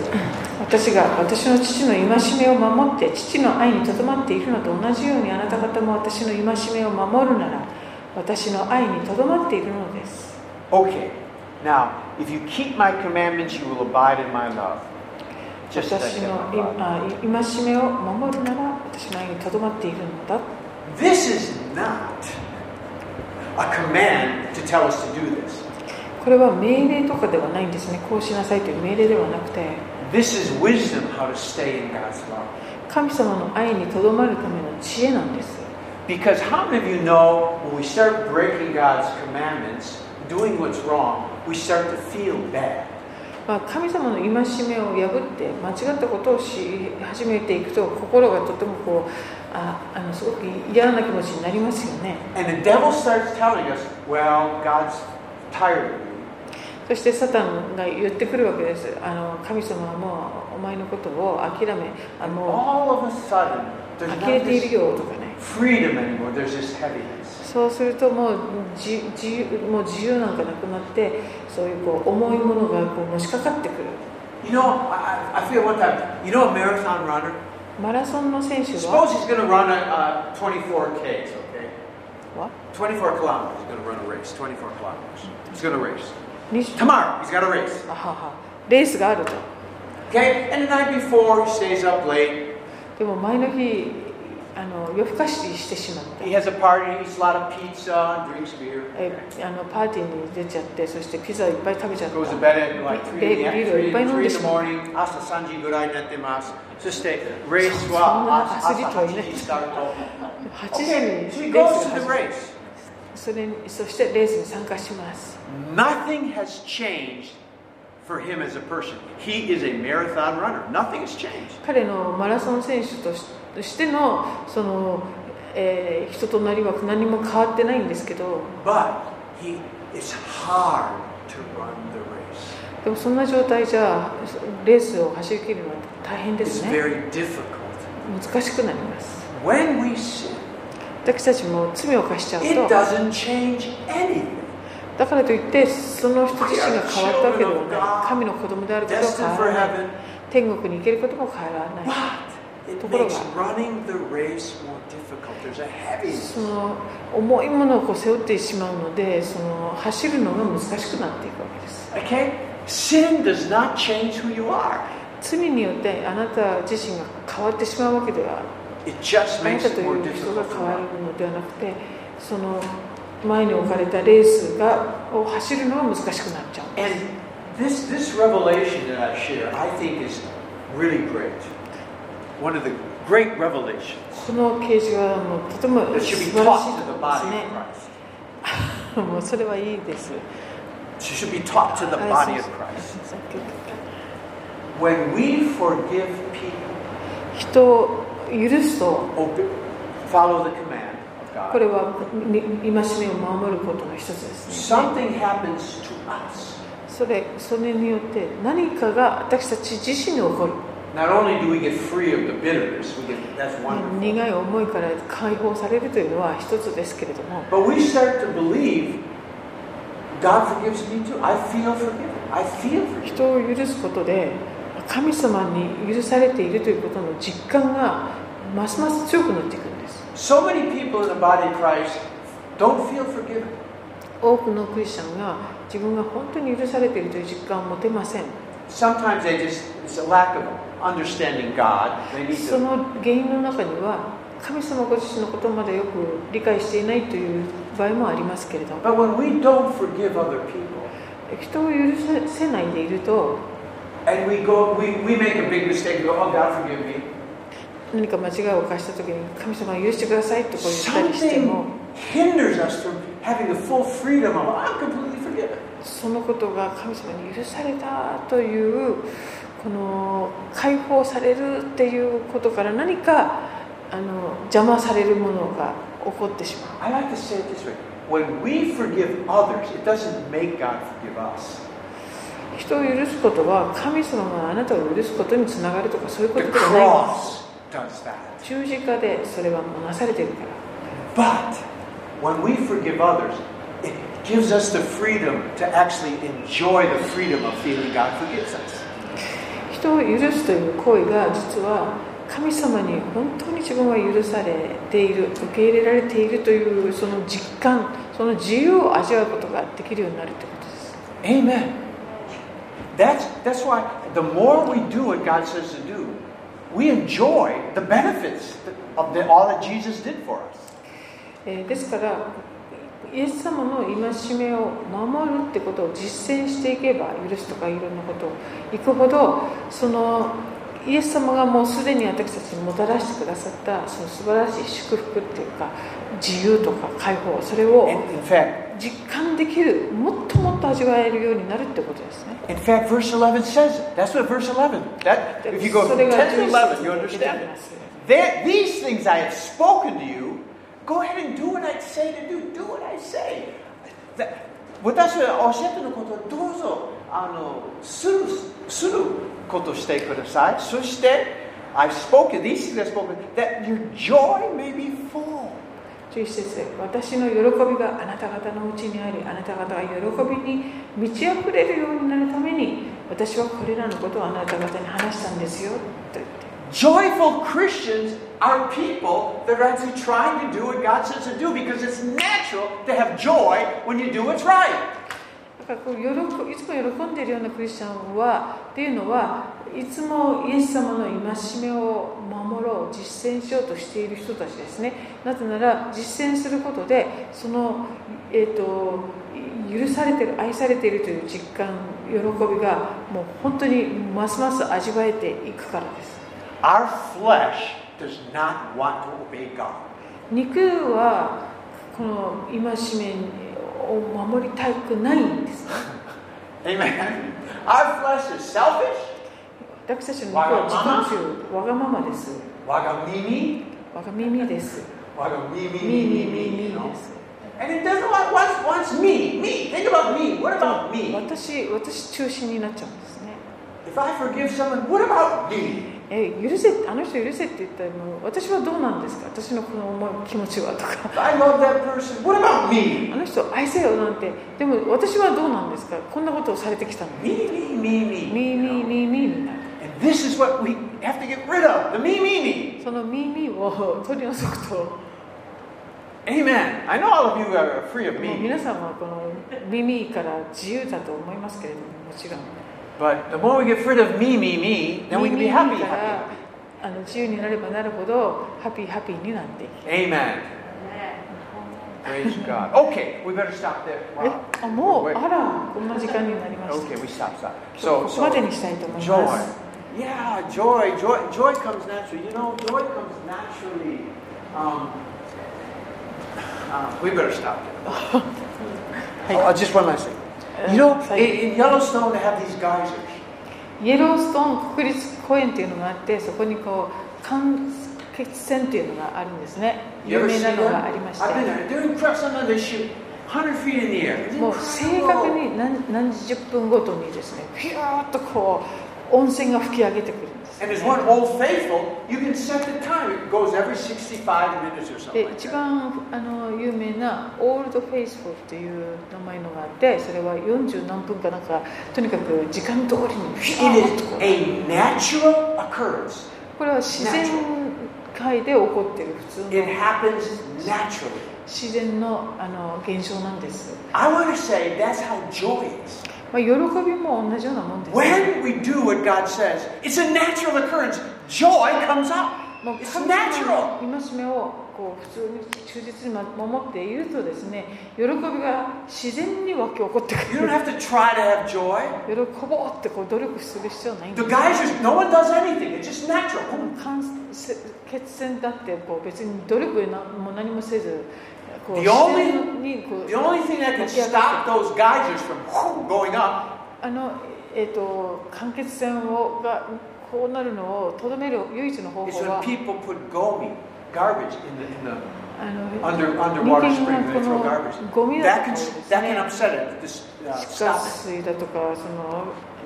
S2: 私が私の父の戒めを守って父の愛にとどまっているのと同じようにあなた方も私の戒めを守るなら私の愛にとどまっているのです
S1: Okay. Now, if you keep my commandments, you will abide in my love. Just
S2: 私
S1: like
S2: の
S1: that.
S2: いあい戒めを守るなら私の愛にとどまっているのだ
S1: This is not a command to tell us to do this.
S2: これは命令とかではないんですねこうしなさいという命令ではなくて
S1: This is wisdom how to stay in God's love.
S2: 神様の愛にとどまるための知恵なんです
S1: Because how many of you know when we start breaking God's commandments, doing what's wrong, we start to feel bad.
S2: まあ、神様の戒めを破って間違ったことをし始めていくと心がとてもこうああのすごく嫌な気持ちになりますよね
S1: And the devil starts telling us, well, God's tired of you.
S2: そしてサタンが言ってくるわけですあの神様はもうお前のことを諦めあ
S1: And
S2: も
S1: all of a sudden,
S2: う
S1: there's
S2: 呆
S1: not
S2: れている
S1: this
S2: よとかね
S1: freedom anymore, there's this heaviness.
S2: そうするともうじ自由もう自由なんかなくなってそういうこう重いものがこうのしかかってくる
S1: You know, I, I I feel one time, you know a marathon runner?
S2: マラソンの選手は
S1: Suppose he's going to run a uh, 24 Ks, okay?
S2: は
S1: 24 kilometers, he's going to run a race, 24 kilometers. He's going to race.
S2: 20
S1: Tomorrow, he's got a race,
S2: あははレースがあると。
S1: okay? And the night before, he stays up late,
S2: でも前の日あの夜更かししてしまった
S1: he has a party, he eats a lot of pizza, drinks beer,
S2: えあのパーティーに出ちゃってそしてピザいっぱい食べちゃっ
S1: Goes to
S2: た
S1: bed at like 3
S2: Big
S1: in the,
S2: video,
S1: three-
S2: by no
S1: three in the
S2: decision.
S1: morning. Asa sanji gurai nette masu.
S2: そんなアスリートはいない。8時
S1: Okay, so he
S2: にレー
S1: goes
S2: ス
S1: to the
S2: が始まる
S1: race.
S2: それにそしてレースに参加します
S1: Nothing has changed for him as a person. He is a marathon runner. Nothing has changed.
S2: 彼のマラソン選手としとしてのその、えー人となりは何も変わってないんですけど
S1: But he it's hard to run the race.
S2: でもそんな状態じゃレースを走り切るのは大変で
S1: It's
S2: すね
S1: very difficult.
S2: 難しくなります
S1: When we sin,
S2: 私たちも罪を犯しちゃう
S1: it
S2: と
S1: doesn't change anything.
S2: だからといってその人自身が変わったわけではない神の子供であることは
S1: Destined
S2: 変わ
S1: for
S2: らない
S1: heaven.
S2: 天国に行けることも変わらない
S1: But it
S2: ところが。
S1: makes running the race more difficult. There's a
S2: そ
S1: heaviness.
S2: の重いものをこう背負ってしまうのでその走るのが難しくなっていくわけです
S1: Okay? Sin does not change who you are.
S2: 罪によってあなた自身が変わってしまうわけでは
S1: It just
S2: あな
S1: makes
S2: たと
S1: it
S2: い
S1: more
S2: う人が
S1: difficult.
S2: 変わるのではなくてその前に置かれたレースがを走るのが難しくなっちゃうんです
S1: And this this revelation that I share, I think is really great. One of the great revelations
S2: この啓示はもうとても
S1: that
S2: 素
S1: should be
S2: 晴らしい
S1: taught to the
S2: です
S1: body
S2: ね
S1: of Christ.
S2: もうそれはいいです。
S1: should be taught to the
S2: はい
S1: body of
S2: そう
S1: Christ.
S2: そう
S1: When we forgive people,
S2: 人を許すと
S1: obe- follow the command of
S2: これ
S1: God,
S2: はみ戒めを守ることの一つですね。
S1: something happens to us.
S2: それそれによって何かが私たち自身に起こる
S1: Not only do we get free of the bitterness, we get that's
S2: Mm-hmm.
S1: wonderful.
S2: 苦い思いから解放されるというのは一つですけれども
S1: But we start to believe God forgives me too. I feel forgiven. I feel forgiven.
S2: 人を許すことで神様に許されているということの実感がますます強くなっていくんです
S1: So many people in the body of Christ don't feel forgiven.
S2: 多くのクリスチャンが自分が本当に許されているという実感を持てません
S1: Sometimes they just it's a lack of understanding God. They need
S2: そ
S1: to
S2: の原因の中には神様ご自身のことまでよく理解していないという場合もありますけれど
S1: but when we don't forgive other people
S2: 人を許せないでいると
S1: and we go we, we make a big mistake, we go, Oh God forgive me.
S2: 何か間違いを犯した時に神様許してくださいとこう言ったりしても
S1: Something hinders us from having the full freedom of I'm completely forgiven.
S2: そのことが神様に許されたというこの解放されるっていうことから何かあの邪魔されるものが起こってしま
S1: I
S2: う
S1: like to say it this way when we forgive others, it doesn't make God forgive us.
S2: 人を許すことは神様があなたを許すことにつながるとかそういうこ
S1: The
S2: とではない
S1: cross
S2: んで
S1: does that.
S2: す十字架でそれはもうなされてるから
S1: But when we forgive others, it gives us the freedom to actually enjoy the freedom of feeling God forgives us.
S2: 人を許すという行為が実は神様に本当に自分は許されている受け入れられているというその実感その自由を味わうことができるようになるということです
S1: Amen. That's, that's why the more we do what God says to do, we enjoy the benefits of the, all that Jesus did for us.
S2: えーですからイエス様の戒めを守るってことを実践していけば許すとかいろんなことをいくほどそのイエス様がもうすでに私たちにもたらしてくださったその素晴らしい祝福っていうか自由とか解放それを
S1: In, in fact,
S2: 実感できるもっともっと味わえるようになるってことですね
S1: in fact, verse 11 says it. That's what verse 11. That
S2: で
S1: if you go
S2: そ
S1: from
S2: れが
S1: 10 to 11, you
S2: 11出てき
S1: understand
S2: ま
S1: it.
S2: す
S1: There, these things I have spoken to you. Go ahead and do what I say to do. Do what I say. That- 私はおっしゃってることをどうぞあのするすることしてください。そして I've spoken these things I've spoken that your joy may be full.
S2: 11節で私の喜びがあなた方のうちにありあなた方が喜びに満ち溢れるようになるために私はこれらのことをあなた方に話したんですよと言って
S1: Joyful Christians are people that are actually trying to do what God says to do because it's natural to have joy when you do what's right.
S2: だからこう喜いつも喜んでいるようなクリスチャンはっていうのはいつもイエス様の戒めを守ろう実践しようとしている人たちですねなぜなら実践することでその、えー、と許されてる愛されているという実感喜びがもう本当にますます味わえていくからです
S1: Our flesh does not want to obey God.
S2: 肉はこの戒めを守りたくないんです
S1: Amen. Our flesh is selfish,
S2: 私たちの肉は自己中わがままです
S1: wagamimi,
S2: わが耳です。
S1: wagamimi, me,
S2: 耳
S1: me,
S2: 耳
S1: me, you
S2: で
S1: know.
S2: す。
S1: And it doesn't want wants, wants me, me. Think about me. What about me?
S2: 私私中心になっちゃうんですね。
S1: If I forgive someone, what about me?
S2: え許せあの人許せって言ったらもう私はどうなんですか。私のこの思い気持ちは
S1: *laughs*
S2: とか。
S1: If I love that person, what about me?
S2: あの人を愛せよなんてでも私はどうなんですか。こんなことをされてきたのに。
S1: Me, me, me, me.
S2: ミー
S1: you
S2: ミ
S1: know.
S2: ーミーミーになる。
S1: And this is what we have to get rid of. The me, me, me.
S2: そのミーミーを取り除くと、も
S1: Amen. I know all of you are free of
S2: う
S1: me.
S2: 皆さんはこの耳から自由だと思いますけれどももちろん。
S1: But the more we get rid of me, me, me, then we can be happy,
S2: 耳から
S1: happy.
S2: あの自由になればなるほどハッピーハッピーになっていく。
S1: Amen.
S3: ね
S1: Praise God. Okay, we better stop there.
S2: え
S1: Wow.
S2: あもう
S1: Wait.
S2: あらこんな時間になりました。
S1: Okay, we stop, stop.
S2: こ
S1: So,
S2: こまで
S1: so
S2: にしたいと思い
S1: joy.
S2: ます。
S1: Yeah, joy, joy, joy comes naturally. You know, joy comes naturally. Um, uh, we better *laughs* stop there.
S2: Hey.
S1: Oh, just one last thing.
S2: うん
S1: You know,
S2: 最後
S1: in, in Yellowstone they have these geysers.
S2: イエローストーン国立公園っていうのがあってそこにこう間欠泉っていうのがあるんですね。
S1: You
S2: 有
S1: ever
S2: 名
S1: see
S2: な
S1: them?
S2: のがありまして。
S1: I've been there. They're incredible. Sometimes they shoot 100 feet in the air. It's
S2: もう正確
S1: incredible.
S2: に何何十分ごとにですね、ピューっとこう温泉が吹き上げてくるんです、
S1: And
S2: ね
S1: there's one old faithful, you can set the time. It goes every 65 minutes or something.
S2: で
S1: Like
S2: 一
S1: that.
S2: 番あの有名なオールドフェイスフォルっていう名前のがあってそれは40何分かなんかとにかく時間通りにピューっ
S1: It
S2: とこ
S1: is
S2: う
S1: a natural occurrence.
S2: これは自然界で起こってる普通
S1: It
S2: の
S1: happens naturally.
S2: 自然のあの現象なんです、
S1: I want to say that's how joy is.
S2: まあ、喜びも同じようなもんです、
S1: When we do what God says, it's a natural occurrence. Joy comes up.
S2: もう
S1: It's
S2: 神
S1: natural.
S2: 様の戒めをこう普通に忠実に守っているとですね喜びが自然に湧き起こってく
S1: You don't
S2: る
S1: have to try to have joy.
S2: 喜ぼうってこう努力する必要ないんで
S1: The
S2: す
S1: guys just no one does anything. It's just natural. Boom.
S2: 感染血栓だってこう別に努力なも何もせずこう
S1: The
S2: 自
S1: only-
S2: 然にこう
S1: The only thing that can stop those geysers from whoo, going up
S2: あのえー、と間欠泉をがこうなるのをとどめる唯一の方
S1: It's
S2: 法
S1: when
S2: は
S1: people put gomi, garbage, in the, in the
S2: あの
S1: under
S2: 人
S1: underwater
S2: 間
S1: spring.
S2: が
S1: They
S2: こ
S1: throw garbage.
S2: のゴミだ
S1: That
S2: と
S1: can
S2: かをで
S1: s-
S2: す
S1: that can
S2: ね
S1: upset it. This, uh,
S2: 地下
S1: stop it.
S2: 水だとかその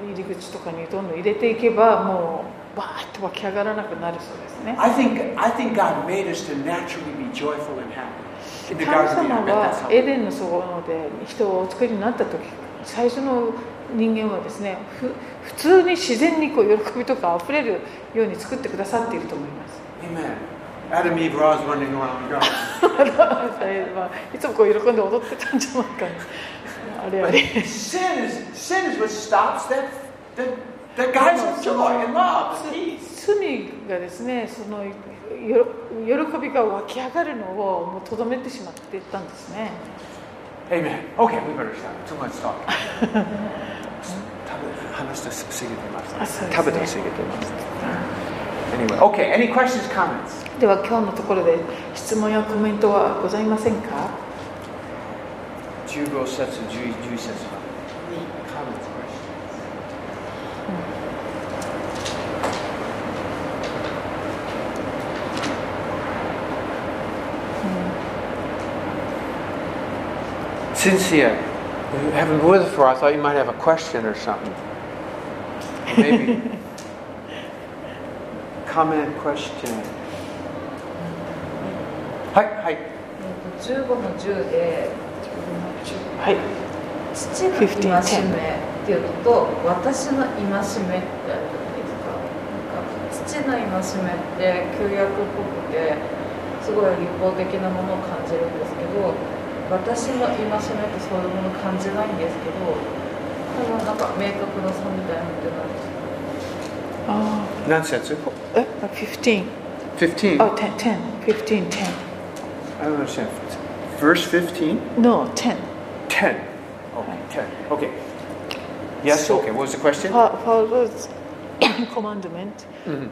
S2: 入り口とかにどんどん入れていけばもうバーッと湧き上がらなくなるそうですね
S1: I think I think God made us to naturally be joyful and happy. In
S2: 神
S1: the Garden of Eden, I
S2: 様
S1: bet that's
S2: は
S1: how.
S2: エデンの園で人をお作りになった時最初の人間はですねふ普通に自然にこう喜びとか溢れるように作ってくださっていると思います
S1: Amen. Adam and Eve were always running around the garden.
S2: あれはいつもこう喜んで踊ってたんじゃないかなあれあ
S1: But
S2: れ
S1: sin is sin is what stops that that that guy's of joy and love and peace.
S2: 罪がですねそのよ喜びが湧き上がるのをもうとどめてしまっていったんですね
S1: Amen. Okay, we better stop. Too much talk. 食べ話して過ぎてます。
S2: あ、そうですね。
S1: 食べて過ぎてます。Anyway, okay. Any questions, comments?
S2: では今日のところで質問やコメントはございませんか
S1: 15節、11 11節まで。Any comments, questions? うん Cynthia, you haven't been with us for. I thought you might have a question or something. Or Maybe. *laughs* Comment, question. はい、はい。
S4: 15の10で
S2: はい
S4: 父の戒めっていうのと私の戒めってあるじゃないですかなんか父の戒めって旧約っぽくてすごい立法的なものを感じるんですけど私の戒めってそういうもの感じないんですけど多分なんか明確な差みたいなのってないですか
S2: あ
S1: 何節
S2: ーえ15
S1: ?15?
S2: Oh, 10, 10, 15, 10.
S1: I don't understand. Verse 15?
S2: No, 10.
S1: 10. Okay, 10. Oh, Okay. Yes,
S2: So-
S1: okay. What was the question?
S2: Fa- *coughs* Father's commandment,
S1: Mhm.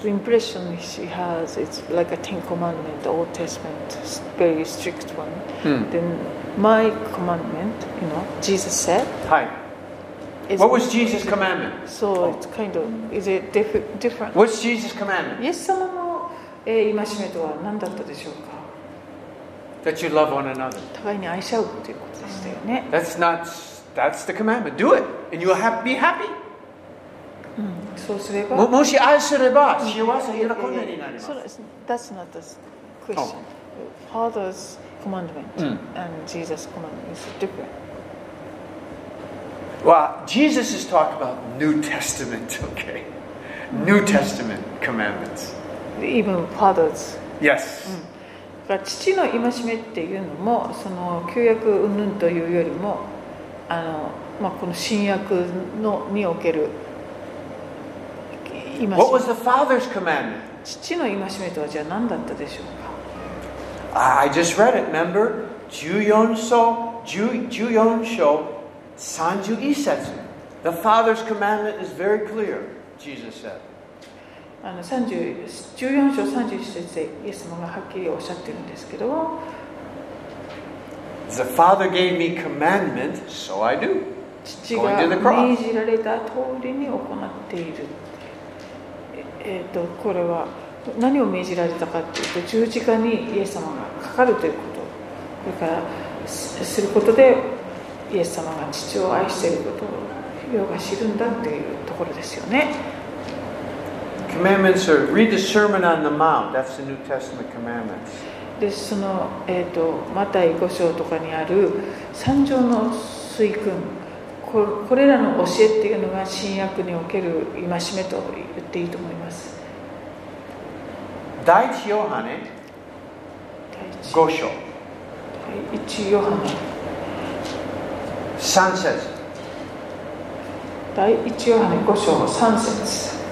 S2: the impression she has, it's like a Ten Commandment, Old Testament, s- very strict one.
S1: Hmm.
S2: Then my commandment, you know, Jesus said.
S1: Hi.
S2: Is
S1: What was Jesus' commandment?
S2: So it's kind of, is it diff- different?
S1: What's Jesus' commandment?
S2: イエス様の、えー、戒めとは何だったでしょうか
S1: That you love one another.
S2: 互いに愛し合うということでしたよね。
S1: That's not, that's the commandment. Do it, and you'll have, be happy.
S2: そうすれば。
S1: も-
S2: そう
S1: もし愛すれば幸せ、喜んでになります。
S2: です。That's not the question. Father's commandment
S1: うん
S2: and Jesus' commandment is different.
S1: Well, Jesus is talking about New Testament, *laughs* okay? New Testament commandments.
S2: Even Father's
S1: Yes.
S2: だから父の戒めっていうのもその旧約云々というよりもあの、まあ、この新約のにおける戒め
S1: What was the Father's commandment?
S2: 父の戒めとはじゃあ何だったでしょうか
S1: I just read it, remember? 14章、10 14章、31節. The Father's commandment is very clear, Jesus said.
S2: あの30 14章31節でイエス様がはっきりおっしゃってるんですけど
S1: The Father gave me commandment, so I do.
S2: 父
S1: Going to the
S2: が
S1: cross.
S2: 命じられた通りに行っているえっ、えーとこれは何を命じられたかっていうと十字架にイエス様がかかるということこれからすすることでイエス様が父を愛していることを世が知るんだっていうところですよね
S1: Commandments are read the Sermon on the Mount. That's the New Testament commandments.
S2: でその、えー、とマタイ5章とかにある三条の水訓ここれらの教えっていうのが新約における戒めと言っていいと思います
S1: 第一ヨハネ5章
S2: 第一第一ヨハネ
S1: 3節。
S2: 第一ヨハネ5章3節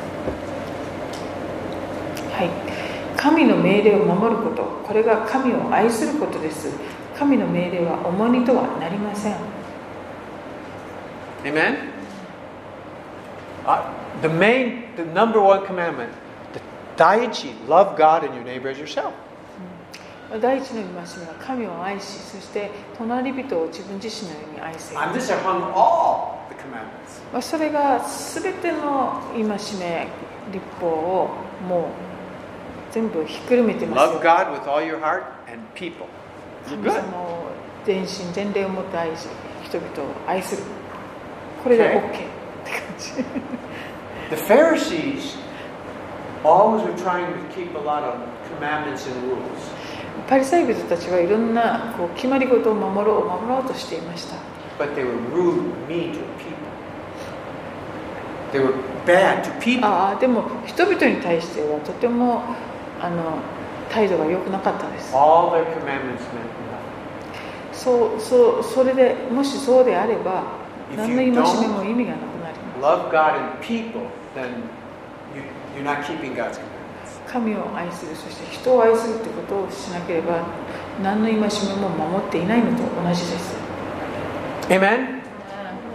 S2: はい神の命令を守ることこれが神を愛することです神の命令は重荷とはなりません
S1: Amen? Uh, the main, the number one commandment, the Daiichi, love God and your neighbor as yourself.
S2: 第一の戒めは神を愛し、そして隣人を自分自身のように愛せよ。
S1: On this are hung all the commandments.
S2: まあそれが全ての戒め、立法をもう全部ひっくるめてますよ
S1: Love。God with all your heart and people.
S2: 神様を全身全霊をもって愛し、人々を愛する。これで OK って感
S1: The Pharisees always were trying to keep a lot of commandments and rules.
S2: じ。パリサイ人たちはいろんなこう決まり事を守ろう、守ろうとしていました。
S1: But they were rude, mean to people. They were bad to people.
S2: ああでも人々に対してはとてもあの態度が良くなかったです。
S1: All their commandments meant nothing.
S2: そうそうそれでもしそうであれば
S1: If
S2: 何の
S1: you
S2: 戒めも意味がなくなりま
S1: Love God and people, then you, you're not keeping God's commandments.
S2: す。神を愛するそして人を愛するということをしなければ何の戒めも守っていないのと同じです。
S1: Amen?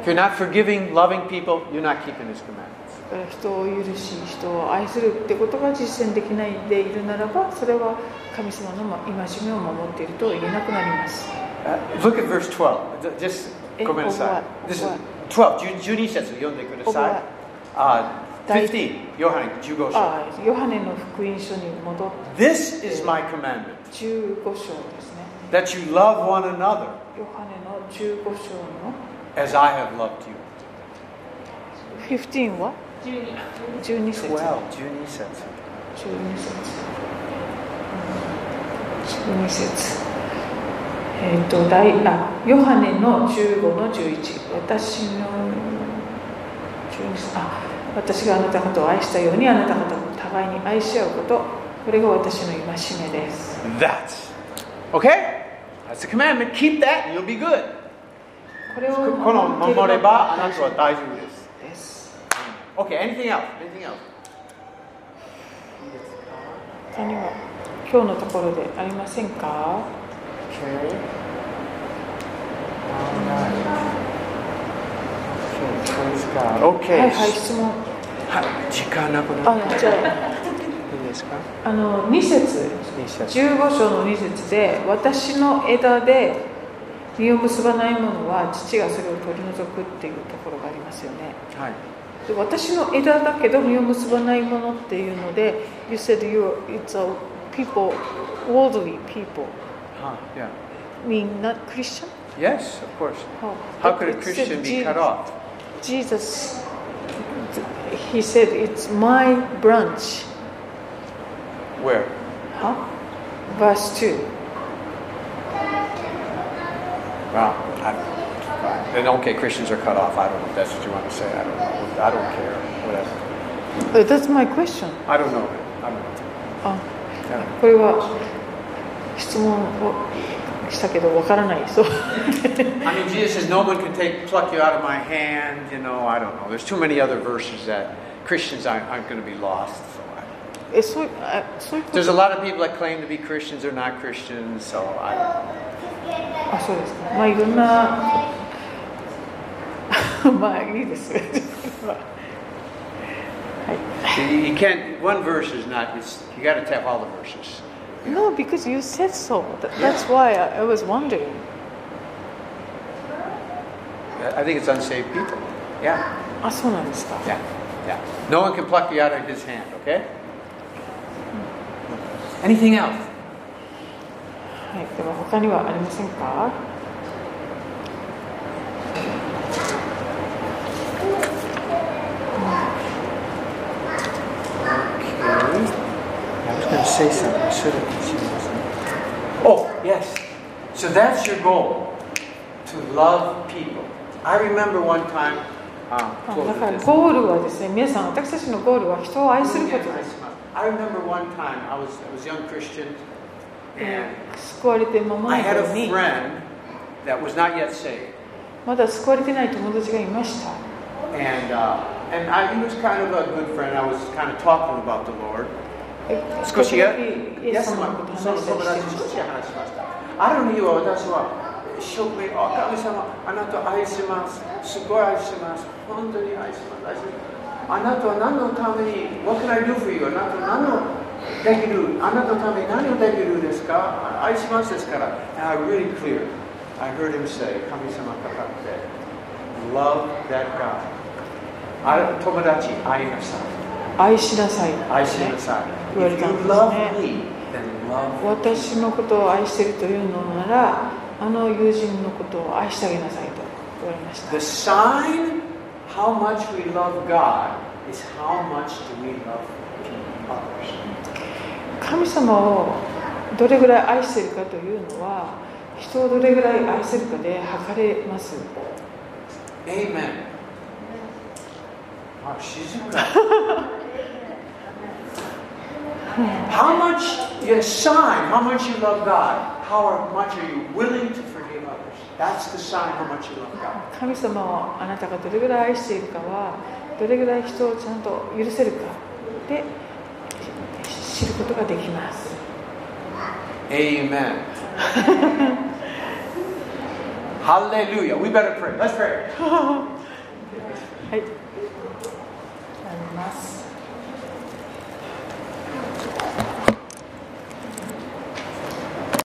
S1: If you're not forgiving, loving people, you're not keeping His commandments.
S2: だから人を許し人を愛するってことが実践できないでいるならばそれは神様の戒めを守っていると言えなくなります。
S1: Uh, Look at verse 12. Th- Just
S2: Eh,
S1: come
S2: of
S1: inside.
S2: what?
S1: This is
S2: Of what?
S1: 12. Ju- Juni says, "Yonde kudasai."
S2: Of what? Oh.
S1: Uh,
S2: Dai-
S1: 15. Yohanan, Jugo
S2: ああヨハネの福音書に戻って
S1: This is my commandment
S2: 15章ですね。
S1: that you love one another
S2: ヨハネの15章の
S1: as I have loved you.
S2: 15は
S3: 12
S2: ?12 節。12
S1: Juni says.
S2: 節。12節。えっ、と、第あヨハネの15の11。私の12節。あ私があなた方を愛したようにあなた方も互いに愛し合うこと。これが私の戒めです。
S1: That's okay. That's the commandment. Keep that, and you'll be good.
S2: これを守ってい
S1: この守
S2: れば大丈夫
S1: ればあなたは大丈夫です。
S2: です。
S1: Okay. Anything else? Anything else?
S2: 他には今日のところでありませんか
S1: Okay. All right. Okay, praise God. Okay.
S2: はいはい質問
S1: はい、時間なくなっ
S2: あじゃ
S1: ていいですか
S2: ああの2節
S1: いい写真
S2: 15章の2節で「私の枝で実を結ばないものは父がそれを取り除く」っていうところがありますよね
S1: はい。
S2: で私の枝だけど実を結ばないものっていうので「You said you it's a people worldly people
S1: は yeah.
S2: mean not Christian?、
S1: Yes, of course.
S2: Oh,
S1: How could a
S2: but it
S1: Christian
S2: said
S1: be
S2: Je-
S1: cut off?
S2: Jesus, he said, it's my branch.
S1: Where?
S2: Huh? Verse 2.
S1: Well, I don't. Then okay, Christians are cut off. I don't know if that's what you want to say. I don't know. I don't care. Whatever.
S2: Uh, that's my question.
S1: I don't know. I don't know.
S2: あ
S1: Yeah.
S2: これは質問をしたけどわからない。そう。
S1: I mean, Jesus says no one can take pluck you out of my hand. You know, I don't know. There's too many other verses that Christians aren't, aren't going to be lost. So I,
S2: え、そうあそういうこと
S1: there's a lot of people that claim to be Christians or not Christians. So I.
S2: あ、そうですか。まあいろんな、 *laughs* まあいいです。 *laughs*
S1: You, you can't. One verse is not. It's, you got to tap all the verses.
S2: No, because you said so. That, that's why I, I was wondering.
S1: I think it's unsaved people. Yeah,
S2: あ、そうなんですか。
S1: yeah, yeah. No one can pluck you out of his hand, okay? Anything else?
S2: はい、では他にはありませんか。
S1: Okay. I was going to say something. I should have considered something. Oh, yes. So that's your goal to love people. I remember one time. Um,
S2: あ
S1: close
S2: だ
S1: with
S2: から
S1: this.
S2: ゴールはですね、皆さん、私たちのゴールは人を愛することです。
S1: I remember one time I was, I was a young Christian
S2: え
S1: and
S2: ー救われて間も
S1: I
S2: ない
S1: had a
S2: 頃に、
S1: friend that was not yet saved.
S2: まだ救われてない友達がいました。
S1: And uh, and I, he was kind of a good friend. I was kind of talking about the Lord.
S2: え
S1: 少しや
S2: 時々イエス様のことを話したりしていました
S1: 少し話しました。ある日は私は、職名、あ、神様、あなたを愛します。すごい愛します。愛します。あなたは何のために、What can I do for you? あなたは何のできる、あなたのために何をできるですか愛しますですから。And I really clear. I heard him say, 神様が語って、Love that God. あれ友達、愛なさい。
S2: 愛しなさい、
S1: 愛しなさい。
S2: 言われ
S1: If
S2: た
S1: you
S2: んですね
S1: love me, then love me.
S2: 私のことを愛しているというのならあの友人のことを愛してあげなさいと言われました
S1: The sign how much we love God is how much do we love others.
S2: 神様をどれぐらい愛しているかというのは人をどれぐらい愛せるかで測れます
S1: Amen. Wow, she's in love. How much, yes, sign how much you love God. How much are you willing to forgive others? That's the sign how much you love God.
S2: 神様をあなたがどれぐらい愛しているかはどれぐらい人をちゃんと許せるかで知ることができます
S1: Amen. *laughs* Hallelujah. We better pray. Let's pray.
S2: はい
S4: あります